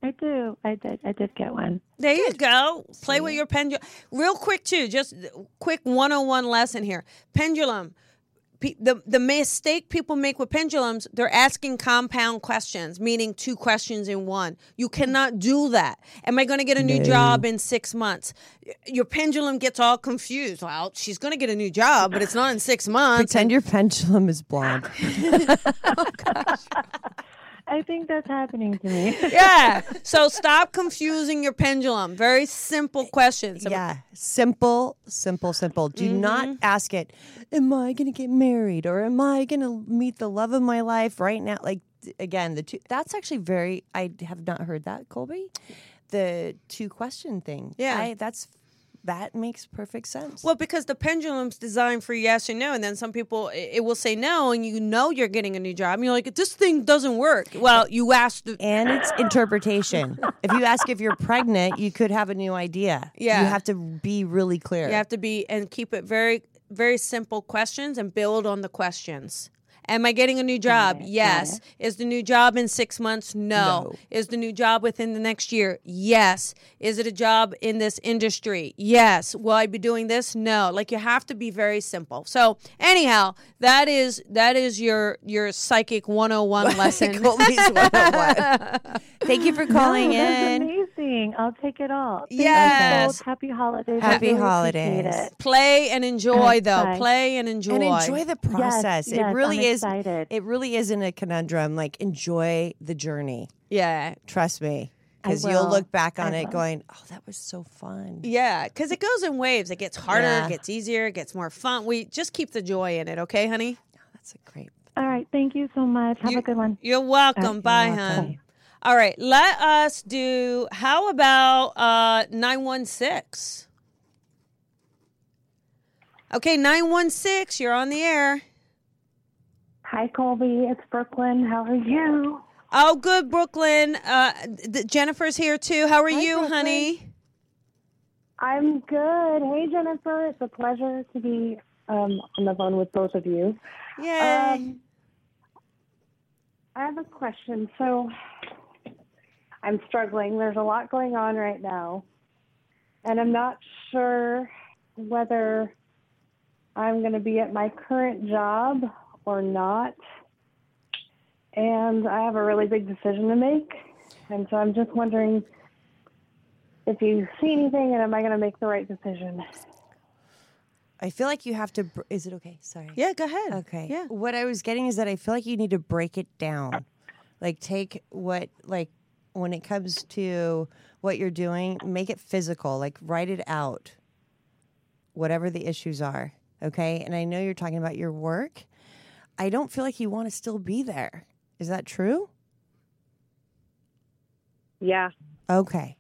[SPEAKER 8] I do. I did. I did get one.
[SPEAKER 2] There you go. Play with your pendulum. Real quick, too, just quick 101 lesson here. Pendulum. Pe- the, the mistake people make with pendulums, they're asking compound questions, meaning two questions in one. You cannot do that. Am I going to get a new job in six months? Y- Your pendulum gets all confused. Well, she's going to get a new job, but it's not in six months.
[SPEAKER 3] Pretend your pendulum is blonde.
[SPEAKER 8] I think that's happening to me.
[SPEAKER 2] yeah. So stop confusing your pendulum. Very simple Mm-hmm. questions.
[SPEAKER 3] Yeah, simple, simple, simple. Do not ask it, am I going to get married or am I going to meet the love of my life right now? Like, th- again, the two, that's actually very, I have not heard that, Colby. The two question thing.
[SPEAKER 2] Yeah.
[SPEAKER 3] I, that's, that makes perfect sense.
[SPEAKER 2] Well, because the pendulum's designed for yes or no, and then some people it, it will say no, and you know you're getting a new job, and you're like, this thing doesn't work. Well, you asked. The,
[SPEAKER 3] and it's interpretation. if you ask if you're pregnant, you could have a new idea.
[SPEAKER 2] Yeah.
[SPEAKER 3] You have to be really clear.
[SPEAKER 2] you have to be and keep it very, very simple questions and build on the questions. Am I getting a new job? Yes. Is the new job in six months? No.
[SPEAKER 3] No.
[SPEAKER 2] Is the new job within the next year? Yes. Is it a job in this industry? Yes. Will I be doing this? No. Like you have to be very simple. So anyhow, that is that is your your psychic 101 lesson.
[SPEAKER 3] Colby's 101. Thank you for calling
[SPEAKER 8] Oh,
[SPEAKER 3] in.
[SPEAKER 8] that's amazing. I'll take it all. Thank you
[SPEAKER 2] Yes.
[SPEAKER 8] both. Happy holidays. I
[SPEAKER 3] Happy
[SPEAKER 8] really appreciate
[SPEAKER 3] holidays.
[SPEAKER 8] it.
[SPEAKER 2] Play and enjoy though.
[SPEAKER 8] Bye.
[SPEAKER 2] Play and enjoy.
[SPEAKER 3] and enjoy the process. it
[SPEAKER 8] yes,
[SPEAKER 3] really
[SPEAKER 8] I'm
[SPEAKER 3] is.
[SPEAKER 8] excited.
[SPEAKER 3] It really isn't a conundrum. Like enjoy the journey.
[SPEAKER 2] yeah.
[SPEAKER 3] Trust me,
[SPEAKER 8] I
[SPEAKER 3] because you'll
[SPEAKER 8] will.
[SPEAKER 3] look back on
[SPEAKER 8] I
[SPEAKER 3] it
[SPEAKER 8] will.
[SPEAKER 3] going, "Oh, that was so fun."
[SPEAKER 2] Yeah, because it goes in waves. It gets harder,
[SPEAKER 3] Yeah.
[SPEAKER 2] it gets easier, it gets more fun. We just keep the joy in it, okay, honey?
[SPEAKER 3] That's a great.
[SPEAKER 8] All right. Thank you so much. Have a good one.
[SPEAKER 2] You're welcome. Bye,
[SPEAKER 3] welcome.
[SPEAKER 2] hon. All right, let us do. How about uh nine one six? Okay, nine one six. You're on the air.
[SPEAKER 8] Hi, Colby. It's Brooklyn. How are you?
[SPEAKER 2] Oh, good, Brooklyn. Uh, th- Jennifer's here too. How are you, honey?
[SPEAKER 10] I'm good. Hey, Jennifer. It's a pleasure to be um, on the phone with both of you.
[SPEAKER 2] Yeah.
[SPEAKER 10] Um, I have a question. So I'm struggling. There's a lot going on right now, and I'm not sure whether I'm going to be at my current job or not. And I have a really big decision to make. And so I'm just wondering if you see anything and am I going to make the right decision?
[SPEAKER 3] I feel like you have to. Br- is it okay? Sorry.
[SPEAKER 2] Yeah, go ahead.
[SPEAKER 3] Okay. Yeah. What I was getting is that I feel like you need to break it down. Like, take what, like, when it comes to what you're doing, make it physical. Like, write it out, whatever the issues are. Okay. And I know you're talking about your work. I don't feel like you want to still be there. Is that true?
[SPEAKER 4] Yeah.
[SPEAKER 3] Okay.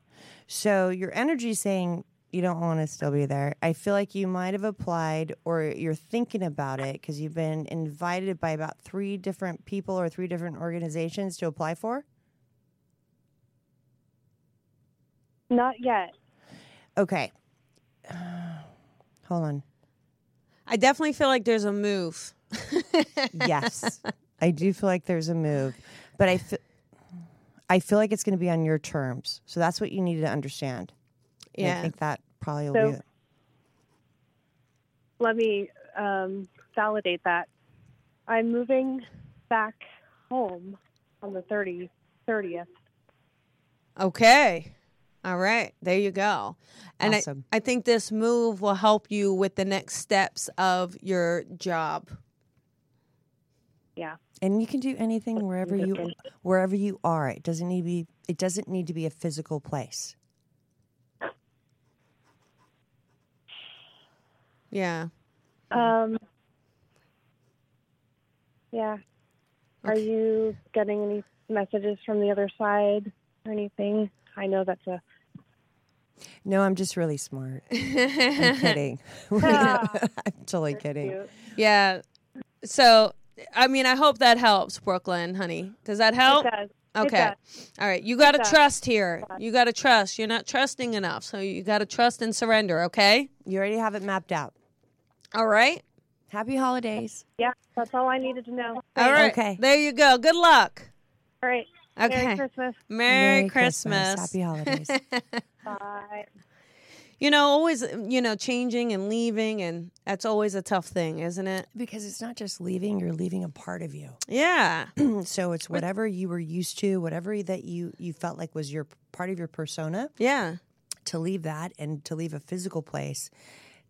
[SPEAKER 3] So your energy is saying you don't want to still be there. I feel like you might have applied or you're thinking about it because you've been invited by about three different people or three different organizations to apply for.
[SPEAKER 10] Not yet.
[SPEAKER 3] Okay. Hold on.
[SPEAKER 2] I definitely feel like there's a move.
[SPEAKER 3] yes, I do feel like there's a move, but I feel, I feel like it's going to be on your terms. So that's what you need to understand. And I
[SPEAKER 10] Yeah.
[SPEAKER 3] think that probably will
[SPEAKER 10] So-
[SPEAKER 3] be. It.
[SPEAKER 10] Let me um, validate that. I'm moving back home on the 30, 30th.
[SPEAKER 2] Okay. All right. There you go. And
[SPEAKER 3] Awesome.
[SPEAKER 2] I, I think this move will help you with the next steps of your job.
[SPEAKER 10] Yeah.
[SPEAKER 3] And you can do anything wherever you wherever you are. It doesn't need to be. It doesn't need to be a physical place.
[SPEAKER 2] Yeah.
[SPEAKER 10] Um, yeah. Are you getting any messages from the other side or anything? I know that's a
[SPEAKER 3] No, I'm just really smart. I'm kidding. I'm totally kidding.
[SPEAKER 2] Yeah. So, I mean, I hope that helps, Brooklyn, honey. Does that help?
[SPEAKER 10] does. It
[SPEAKER 2] Okay. All right. You
[SPEAKER 10] It
[SPEAKER 2] got to
[SPEAKER 10] does.
[SPEAKER 2] trust here. You got to trust. You're not trusting enough. So, you got to trust and surrender, okay?
[SPEAKER 3] You already have it mapped out.
[SPEAKER 2] All right.
[SPEAKER 3] Happy holidays.
[SPEAKER 10] yeah. That's all I needed to know.
[SPEAKER 2] All right.
[SPEAKER 3] Okay.
[SPEAKER 2] There you go. Good luck.
[SPEAKER 10] All right.
[SPEAKER 2] Okay.
[SPEAKER 10] Merry Christmas.
[SPEAKER 2] Merry,
[SPEAKER 3] Merry
[SPEAKER 2] Christmas.
[SPEAKER 3] Christmas. Happy holidays.
[SPEAKER 10] Bye.
[SPEAKER 2] You know, always, um, you know, changing and leaving, and that's always a tough thing, isn't it?
[SPEAKER 3] Because it's not just leaving, you're leaving a part of you.
[SPEAKER 2] Yeah.
[SPEAKER 3] so it's whatever you were used to, whatever that you you felt like was your part of your persona.
[SPEAKER 2] Yeah.
[SPEAKER 3] To leave that and to leave a physical place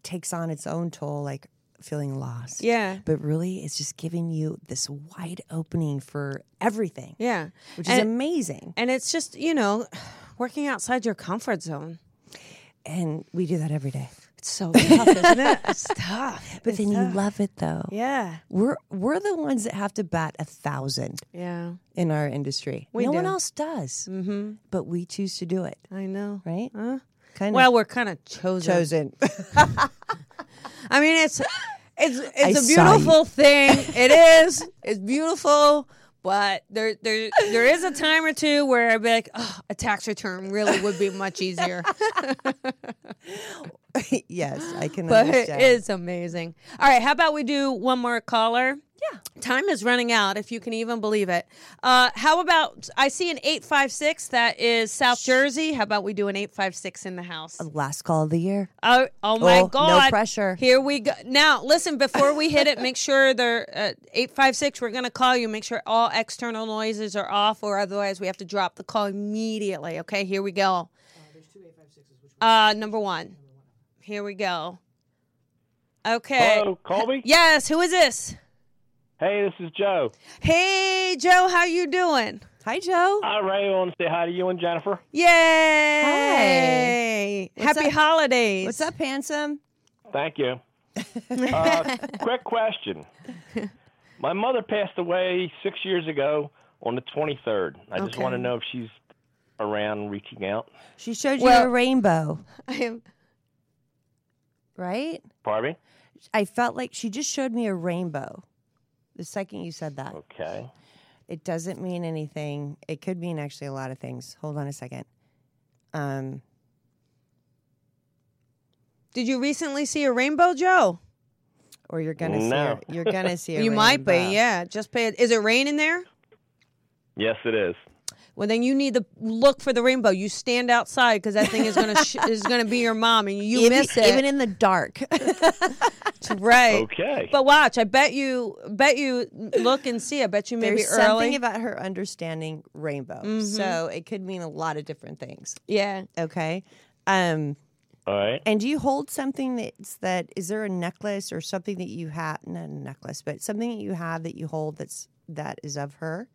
[SPEAKER 3] takes on its own toll, like feeling lost.
[SPEAKER 2] Yeah.
[SPEAKER 3] But really, it's just giving you this wide opening for everything,
[SPEAKER 2] Yeah.
[SPEAKER 3] which is
[SPEAKER 2] and,
[SPEAKER 3] amazing.
[SPEAKER 2] and it's just, you know, working outside your comfort zone.
[SPEAKER 3] And we do that every day.
[SPEAKER 2] It's so tough, isn't it? It's tough.
[SPEAKER 3] But
[SPEAKER 2] It's
[SPEAKER 3] then you
[SPEAKER 2] tough.
[SPEAKER 3] love it though.
[SPEAKER 2] Yeah.
[SPEAKER 3] We're we're the ones that have to bat a thousand
[SPEAKER 2] Yeah.
[SPEAKER 3] in our industry.
[SPEAKER 2] We
[SPEAKER 3] no one
[SPEAKER 2] do.
[SPEAKER 3] else does,
[SPEAKER 2] Mm-hmm.
[SPEAKER 3] but we choose to do it,
[SPEAKER 2] I know.
[SPEAKER 3] right?
[SPEAKER 2] Huh?
[SPEAKER 3] Kind
[SPEAKER 2] Well, we're kind of
[SPEAKER 3] of
[SPEAKER 2] chosen.
[SPEAKER 3] chosen.
[SPEAKER 2] I mean, it's it's
[SPEAKER 3] I
[SPEAKER 2] it's a
[SPEAKER 3] saw you.
[SPEAKER 2] beautiful thing. It is. It's beautiful, but there there there is a time or two where I'd be like, oh, a tax return really would be much easier.
[SPEAKER 3] yes, I can
[SPEAKER 2] but it
[SPEAKER 3] understand.
[SPEAKER 2] is amazing. All right, how about we do one more caller? Yeah. Time is running out, if you can even believe it. Uh, how about I see an eight five six that is South Jersey. How about we do an eight five six in the house?
[SPEAKER 3] Last call of the year.
[SPEAKER 2] Oh, oh my
[SPEAKER 3] Oh, no
[SPEAKER 2] God!
[SPEAKER 3] pressure.
[SPEAKER 2] Here we go. Now, listen. Before we hit it, make sure they're uh, eight five six. We're gonna call you. Make sure all external noises are off, or otherwise we have to drop the call immediately. Okay, here we go. Uh, number one. Here we go. Okay.
[SPEAKER 11] Hello, Colby.
[SPEAKER 2] Yes. Who is this?
[SPEAKER 11] Hey, this is Joe.
[SPEAKER 2] Hey, Joe. How you doing?
[SPEAKER 3] Hi, Joe.
[SPEAKER 8] Um,
[SPEAKER 11] I really want to say hi to you and Jennifer.
[SPEAKER 2] Yay!
[SPEAKER 3] What's
[SPEAKER 2] Happy
[SPEAKER 3] up?
[SPEAKER 2] holidays.
[SPEAKER 3] What's up, handsome?
[SPEAKER 11] Thank you. Uh, quick question. My mother passed away six years ago on the 23rd. I just
[SPEAKER 2] Okay.
[SPEAKER 11] want to
[SPEAKER 3] Oh.
[SPEAKER 11] know if she's around reaching out.
[SPEAKER 3] She showed you
[SPEAKER 2] Well-
[SPEAKER 3] a rainbow,
[SPEAKER 2] I am.
[SPEAKER 3] right?
[SPEAKER 11] Barbie?
[SPEAKER 3] I felt like she just showed me a rainbow. The second you said that,
[SPEAKER 11] Okay.
[SPEAKER 3] it doesn't mean anything. It could mean actually a lot of things. Hold on a second. Um,
[SPEAKER 2] Did you recently see a rainbow, Joe?
[SPEAKER 3] or you're gonna
[SPEAKER 11] No.
[SPEAKER 3] see. A, you're gonna see. A
[SPEAKER 2] You might
[SPEAKER 3] rainbow.
[SPEAKER 2] be, yeah. Just pay. Is it rain in there?
[SPEAKER 11] Yes, it is.
[SPEAKER 2] Well, then you need to look for the rainbow. You stand outside because that thing is gonna sh- is gonna be your mom, and you
[SPEAKER 3] even,
[SPEAKER 2] miss it.
[SPEAKER 3] even in the dark.
[SPEAKER 2] That's right.
[SPEAKER 11] Okay.
[SPEAKER 2] But watch, I bet you, bet you look and see. I bet you maybe
[SPEAKER 3] There's
[SPEAKER 2] early.
[SPEAKER 3] something about her understanding rainbow,
[SPEAKER 2] Mhm.
[SPEAKER 3] so it could mean a lot of different things.
[SPEAKER 2] Yeah.
[SPEAKER 3] Okay. Um.
[SPEAKER 11] All right.
[SPEAKER 3] And do you hold something that's that? Is there a necklace or something that you have? Not a necklace, but something that you have that you hold that's that is of her.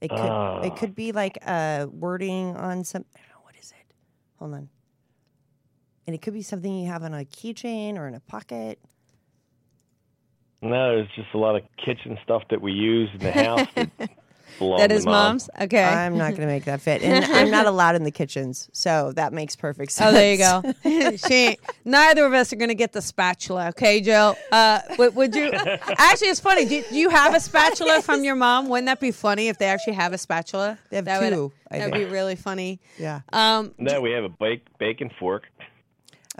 [SPEAKER 3] It could
[SPEAKER 11] Ah.
[SPEAKER 3] it could be like a wording on some. I don't know what is it. Hold on. And it could be something you have on a keychain or in a pocket.
[SPEAKER 11] No, it's just a lot of kitchen stuff that we use in the house. That, belonged
[SPEAKER 3] That
[SPEAKER 11] to
[SPEAKER 3] is
[SPEAKER 11] Mom.
[SPEAKER 2] mom's? Okay.
[SPEAKER 3] I'm not going to make that fit. And I'm not allowed in the kitchens. So that makes perfect sense.
[SPEAKER 2] Oh, there you go. she ain't, neither of us are gonna get the spatula, okay, Joe? Uh, would, would you? Actually, it's funny. Do, do you have a spatula from your mom? Wouldn't that be funny if they actually have a spatula? They have that
[SPEAKER 3] two, I
[SPEAKER 2] that'd
[SPEAKER 3] think.
[SPEAKER 2] be really funny.
[SPEAKER 3] Yeah.
[SPEAKER 2] Um,
[SPEAKER 11] No, we have a bake, bacon fork.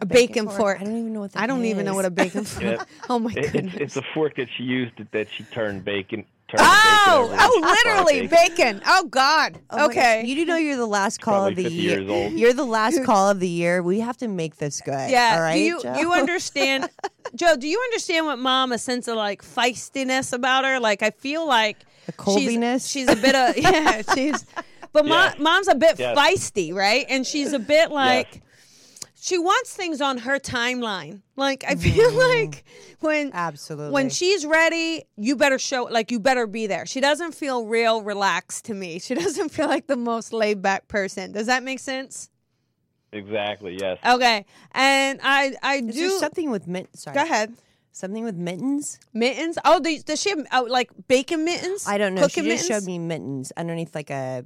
[SPEAKER 2] a bacon, fork.
[SPEAKER 3] I don't even know what.
[SPEAKER 2] I don't even know what a bacon fork.
[SPEAKER 11] Yep.
[SPEAKER 2] Oh my
[SPEAKER 11] It- it's-
[SPEAKER 2] goodness.
[SPEAKER 11] It's, a fork that she used that, that she turned bacon. Turned
[SPEAKER 2] Oh,
[SPEAKER 11] bacon over and
[SPEAKER 2] oh,
[SPEAKER 11] she fried
[SPEAKER 2] literally
[SPEAKER 11] bacon.
[SPEAKER 2] bacon. Oh God.
[SPEAKER 3] Oh my gosh,
[SPEAKER 2] okay.
[SPEAKER 3] You do know you're the last call
[SPEAKER 11] Probably
[SPEAKER 3] of the
[SPEAKER 11] 50
[SPEAKER 3] year.
[SPEAKER 11] years old.
[SPEAKER 3] You're the last call of the year. We have to make this good.
[SPEAKER 2] Yeah.
[SPEAKER 3] All right.
[SPEAKER 2] do you
[SPEAKER 3] Joe?
[SPEAKER 2] you understand, Joe? Do you understand what mom a sense of like feistiness about her? Like I feel like
[SPEAKER 3] the coldiness.
[SPEAKER 2] She's, she's a bit of yeah. She's but mom,
[SPEAKER 3] Yes.
[SPEAKER 2] mom's a bit
[SPEAKER 3] Yes.
[SPEAKER 2] feisty, right? And she's a bit like. She wants things on her timeline. Like I feel like when
[SPEAKER 3] Mm-hmm. absolutely
[SPEAKER 2] when she's ready, you better show like you better be there. She doesn't feel real relaxed to me. She doesn't feel like the most laid back person. Does that make sense?
[SPEAKER 11] Exactly. Yes.
[SPEAKER 2] Okay, and I I
[SPEAKER 3] Is
[SPEAKER 2] do
[SPEAKER 3] there something with mint? Sorry.
[SPEAKER 2] Go ahead.
[SPEAKER 3] Something with mittens.
[SPEAKER 2] Mittens. Oh, they, does she have oh, like bacon mittens?
[SPEAKER 3] I don't know.
[SPEAKER 2] Cooking
[SPEAKER 3] she just
[SPEAKER 2] mittens?
[SPEAKER 3] showed me mittens underneath like a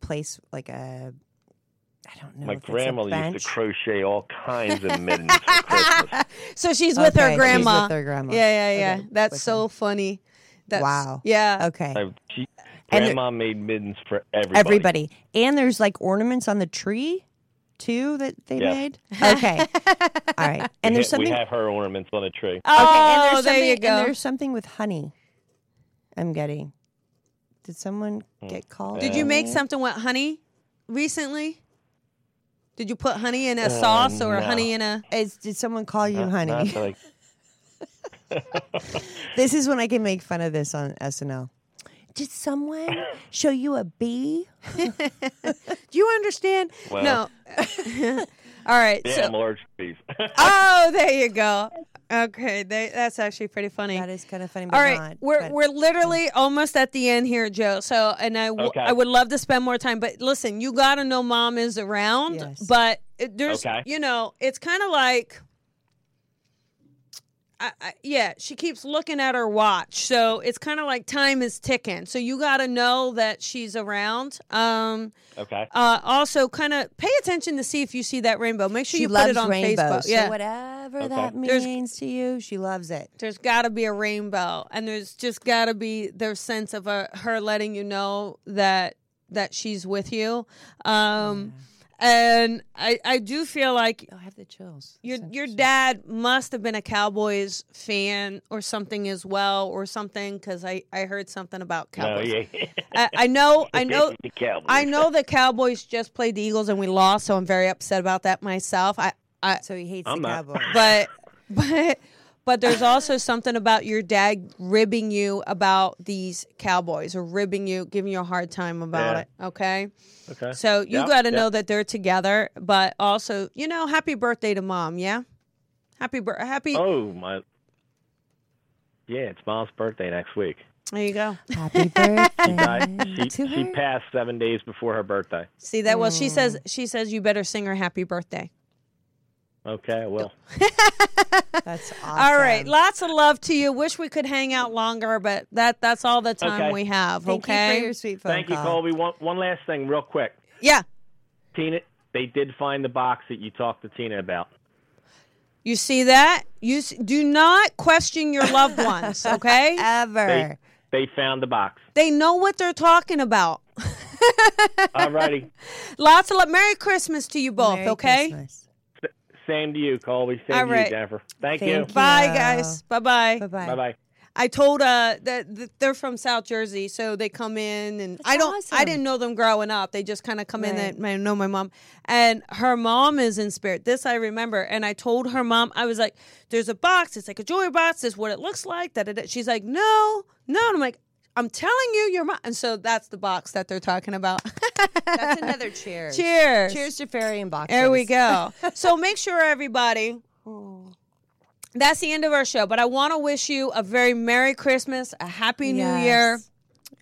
[SPEAKER 3] place, like a. I don't know.
[SPEAKER 11] My
[SPEAKER 3] if it's a
[SPEAKER 11] grandma used
[SPEAKER 3] bench.
[SPEAKER 11] to crochet all kinds of mittens for Christmas.
[SPEAKER 2] So she's with
[SPEAKER 3] Okay,
[SPEAKER 2] her
[SPEAKER 3] she's
[SPEAKER 2] grandma.
[SPEAKER 3] with her grandma.
[SPEAKER 2] Yeah,
[SPEAKER 3] Okay,
[SPEAKER 2] yeah, yeah. That's so funny. That's,
[SPEAKER 3] Wow.
[SPEAKER 2] Yeah.
[SPEAKER 3] Okay.
[SPEAKER 11] I- she,
[SPEAKER 3] And
[SPEAKER 11] grandma made mittens for everybody.
[SPEAKER 3] Everybody. And there's like ornaments on the tree, too, that they
[SPEAKER 11] Yes.
[SPEAKER 3] made. Okay. All right.
[SPEAKER 11] we
[SPEAKER 3] And there's
[SPEAKER 11] ha- we
[SPEAKER 3] something.
[SPEAKER 11] have her ornaments on a tree.
[SPEAKER 3] okay, and
[SPEAKER 2] Oh,
[SPEAKER 3] there's
[SPEAKER 2] there you
[SPEAKER 3] something-
[SPEAKER 2] go.
[SPEAKER 3] And there's something with honey. I'm getting. Did someone
[SPEAKER 11] Hmm.
[SPEAKER 3] get called?
[SPEAKER 2] Did you
[SPEAKER 11] Uh,
[SPEAKER 2] make
[SPEAKER 11] Uh-huh.
[SPEAKER 3] out?
[SPEAKER 2] something with honey recently? Did you put honey in a
[SPEAKER 3] Uh,
[SPEAKER 2] sauce or
[SPEAKER 3] no.
[SPEAKER 2] honey in a?
[SPEAKER 3] It's, did someone call you
[SPEAKER 11] Not-
[SPEAKER 3] honey?
[SPEAKER 11] not that I-
[SPEAKER 3] this is when I can make fun of this on SNL. Did someone show you a bee?
[SPEAKER 2] Do you understand?
[SPEAKER 11] Well.
[SPEAKER 2] No. All right.
[SPEAKER 11] yeah,
[SPEAKER 2] so-
[SPEAKER 11] I'm large beef.
[SPEAKER 2] oh, there you go. Okay, they, that's actually pretty funny. That
[SPEAKER 3] is kind of funny.
[SPEAKER 2] All right, we're we're literally almost at the end here, Joe. So, and I w-
[SPEAKER 11] Okay.
[SPEAKER 2] I would love to spend more time, but listen, you gotta know mom is around. But it, there's,
[SPEAKER 11] Okay.
[SPEAKER 2] you know, it's kind of like. I, I, yeah, she keeps looking at her watch, so it's kind of like time is ticking. So you got to know that she's around. Um,
[SPEAKER 11] okay.
[SPEAKER 2] uh, also, kind of pay attention to see if you see that rainbow. Make sure
[SPEAKER 3] she
[SPEAKER 2] you
[SPEAKER 3] loves
[SPEAKER 2] put it on
[SPEAKER 3] rainbows.
[SPEAKER 2] Facebook.
[SPEAKER 3] so
[SPEAKER 2] yeah,
[SPEAKER 3] whatever
[SPEAKER 2] Okay.
[SPEAKER 3] that
[SPEAKER 2] There's-
[SPEAKER 3] means to you, she loves it.
[SPEAKER 2] there's got to be a rainbow, and there's just got to be their sense of uh her letting you know that that she's with you. Um, And I Oh, I do feel like
[SPEAKER 3] I have the chills.
[SPEAKER 2] your your dad must have been a Cowboys fan or something as well or something because I I heard something about
[SPEAKER 11] No,
[SPEAKER 2] Cowboys.
[SPEAKER 11] yeah.
[SPEAKER 2] I, I know I know
[SPEAKER 11] The Cowboys.
[SPEAKER 2] Oh, I know the Cowboys just played the Eagles and we lost, so I'm very upset about that myself. I, I
[SPEAKER 3] so he hates
[SPEAKER 11] I'm
[SPEAKER 3] the
[SPEAKER 11] not-
[SPEAKER 3] cowboy.
[SPEAKER 2] but but but there's also something about your dad ribbing you about these Cowboys or ribbing you, giving you a hard time about
[SPEAKER 11] Yeah.
[SPEAKER 2] it. Okay.
[SPEAKER 11] Okay.
[SPEAKER 2] So you
[SPEAKER 11] Yep,
[SPEAKER 2] got to
[SPEAKER 11] yep.
[SPEAKER 2] know that they're together, but also you know, happy birthday to mom. Yeah. Happy bir- happy.
[SPEAKER 11] Oh my. Yeah, it's Mom's birthday next week.
[SPEAKER 2] There you go.
[SPEAKER 3] Happy birthday.
[SPEAKER 11] She died. She, she
[SPEAKER 2] Mm.
[SPEAKER 11] passed seven days before her birthday.
[SPEAKER 2] See that? Well,
[SPEAKER 11] Hmm.
[SPEAKER 2] she says she says you better sing her happy birthday.
[SPEAKER 11] Okay, well,
[SPEAKER 2] Oh,
[SPEAKER 3] That's awesome.
[SPEAKER 2] All right, lots of love to you. Wish we could hang out longer, but that that's all the time
[SPEAKER 11] Okay.
[SPEAKER 2] we have.
[SPEAKER 3] Thank you for
[SPEAKER 2] okay.
[SPEAKER 3] your sweet phone
[SPEAKER 11] thank you,
[SPEAKER 3] call.
[SPEAKER 11] Colby. One, one last thing, real quick.
[SPEAKER 2] Yeah.
[SPEAKER 11] Tina, they did find the box that you talked to Tina about.
[SPEAKER 2] You see that? You s- do not question your loved ones, okay?
[SPEAKER 3] Ever.
[SPEAKER 11] They, they found the box.
[SPEAKER 2] They know what they're talking about.
[SPEAKER 11] All righty.
[SPEAKER 2] Lots of love. Merry Christmas to you both,
[SPEAKER 3] Merry
[SPEAKER 2] okay?
[SPEAKER 3] Christmas.
[SPEAKER 11] Same to you, Colby. Same
[SPEAKER 2] All
[SPEAKER 11] to
[SPEAKER 2] right.
[SPEAKER 11] you, Jennifer. Thank,
[SPEAKER 3] Thank
[SPEAKER 11] you.
[SPEAKER 3] you.
[SPEAKER 2] Bye guys. Bye-bye.
[SPEAKER 3] Bye bye.
[SPEAKER 11] Bye bye.
[SPEAKER 2] I told uh that, that they're from South Jersey, so they come in and I don't I didn't know them growing up. They just kind of come in
[SPEAKER 12] Right.
[SPEAKER 2] and I know my mom. And her mom is in spirit. This I remember. And I told her mom, I was like, there's a box, it's like a jewelry box, this is what it looks like. Da, da, da. She's like, no, no. And I'm like, I'm telling you, your mom. And so that's the box that they're talking about.
[SPEAKER 9] That's another cheers.
[SPEAKER 2] Cheers.
[SPEAKER 9] Cheers to fairy and boxes.
[SPEAKER 2] There we go. so make sure everybody. That's the end of our show, but I want to wish you a very Merry Christmas, a Happy New
[SPEAKER 9] Yes.
[SPEAKER 2] Year.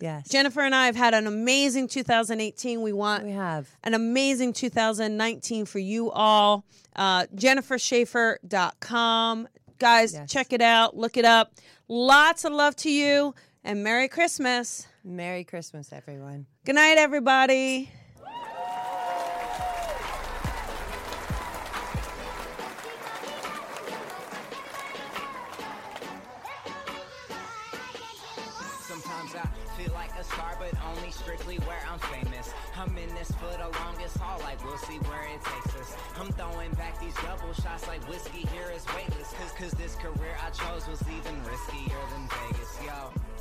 [SPEAKER 3] Yes.
[SPEAKER 2] Jennifer and I have had an amazing 2018. We want we have an amazing 2019 for you all. Uh, JenniferSchaefer.com. Guys, check it out. Look it up. Lots of love to you and Merry Christmas.
[SPEAKER 3] Merry Christmas, everyone.
[SPEAKER 2] Good night, everybody.
[SPEAKER 1] Sometimes I feel like a star, but only strictly where I'm famous. I'm in this for the longest haul, like we'll see where it takes us. I'm throwing back these double shots like whiskey here is weightless. Cause, cause this career I chose was even riskier than Vegas, yo.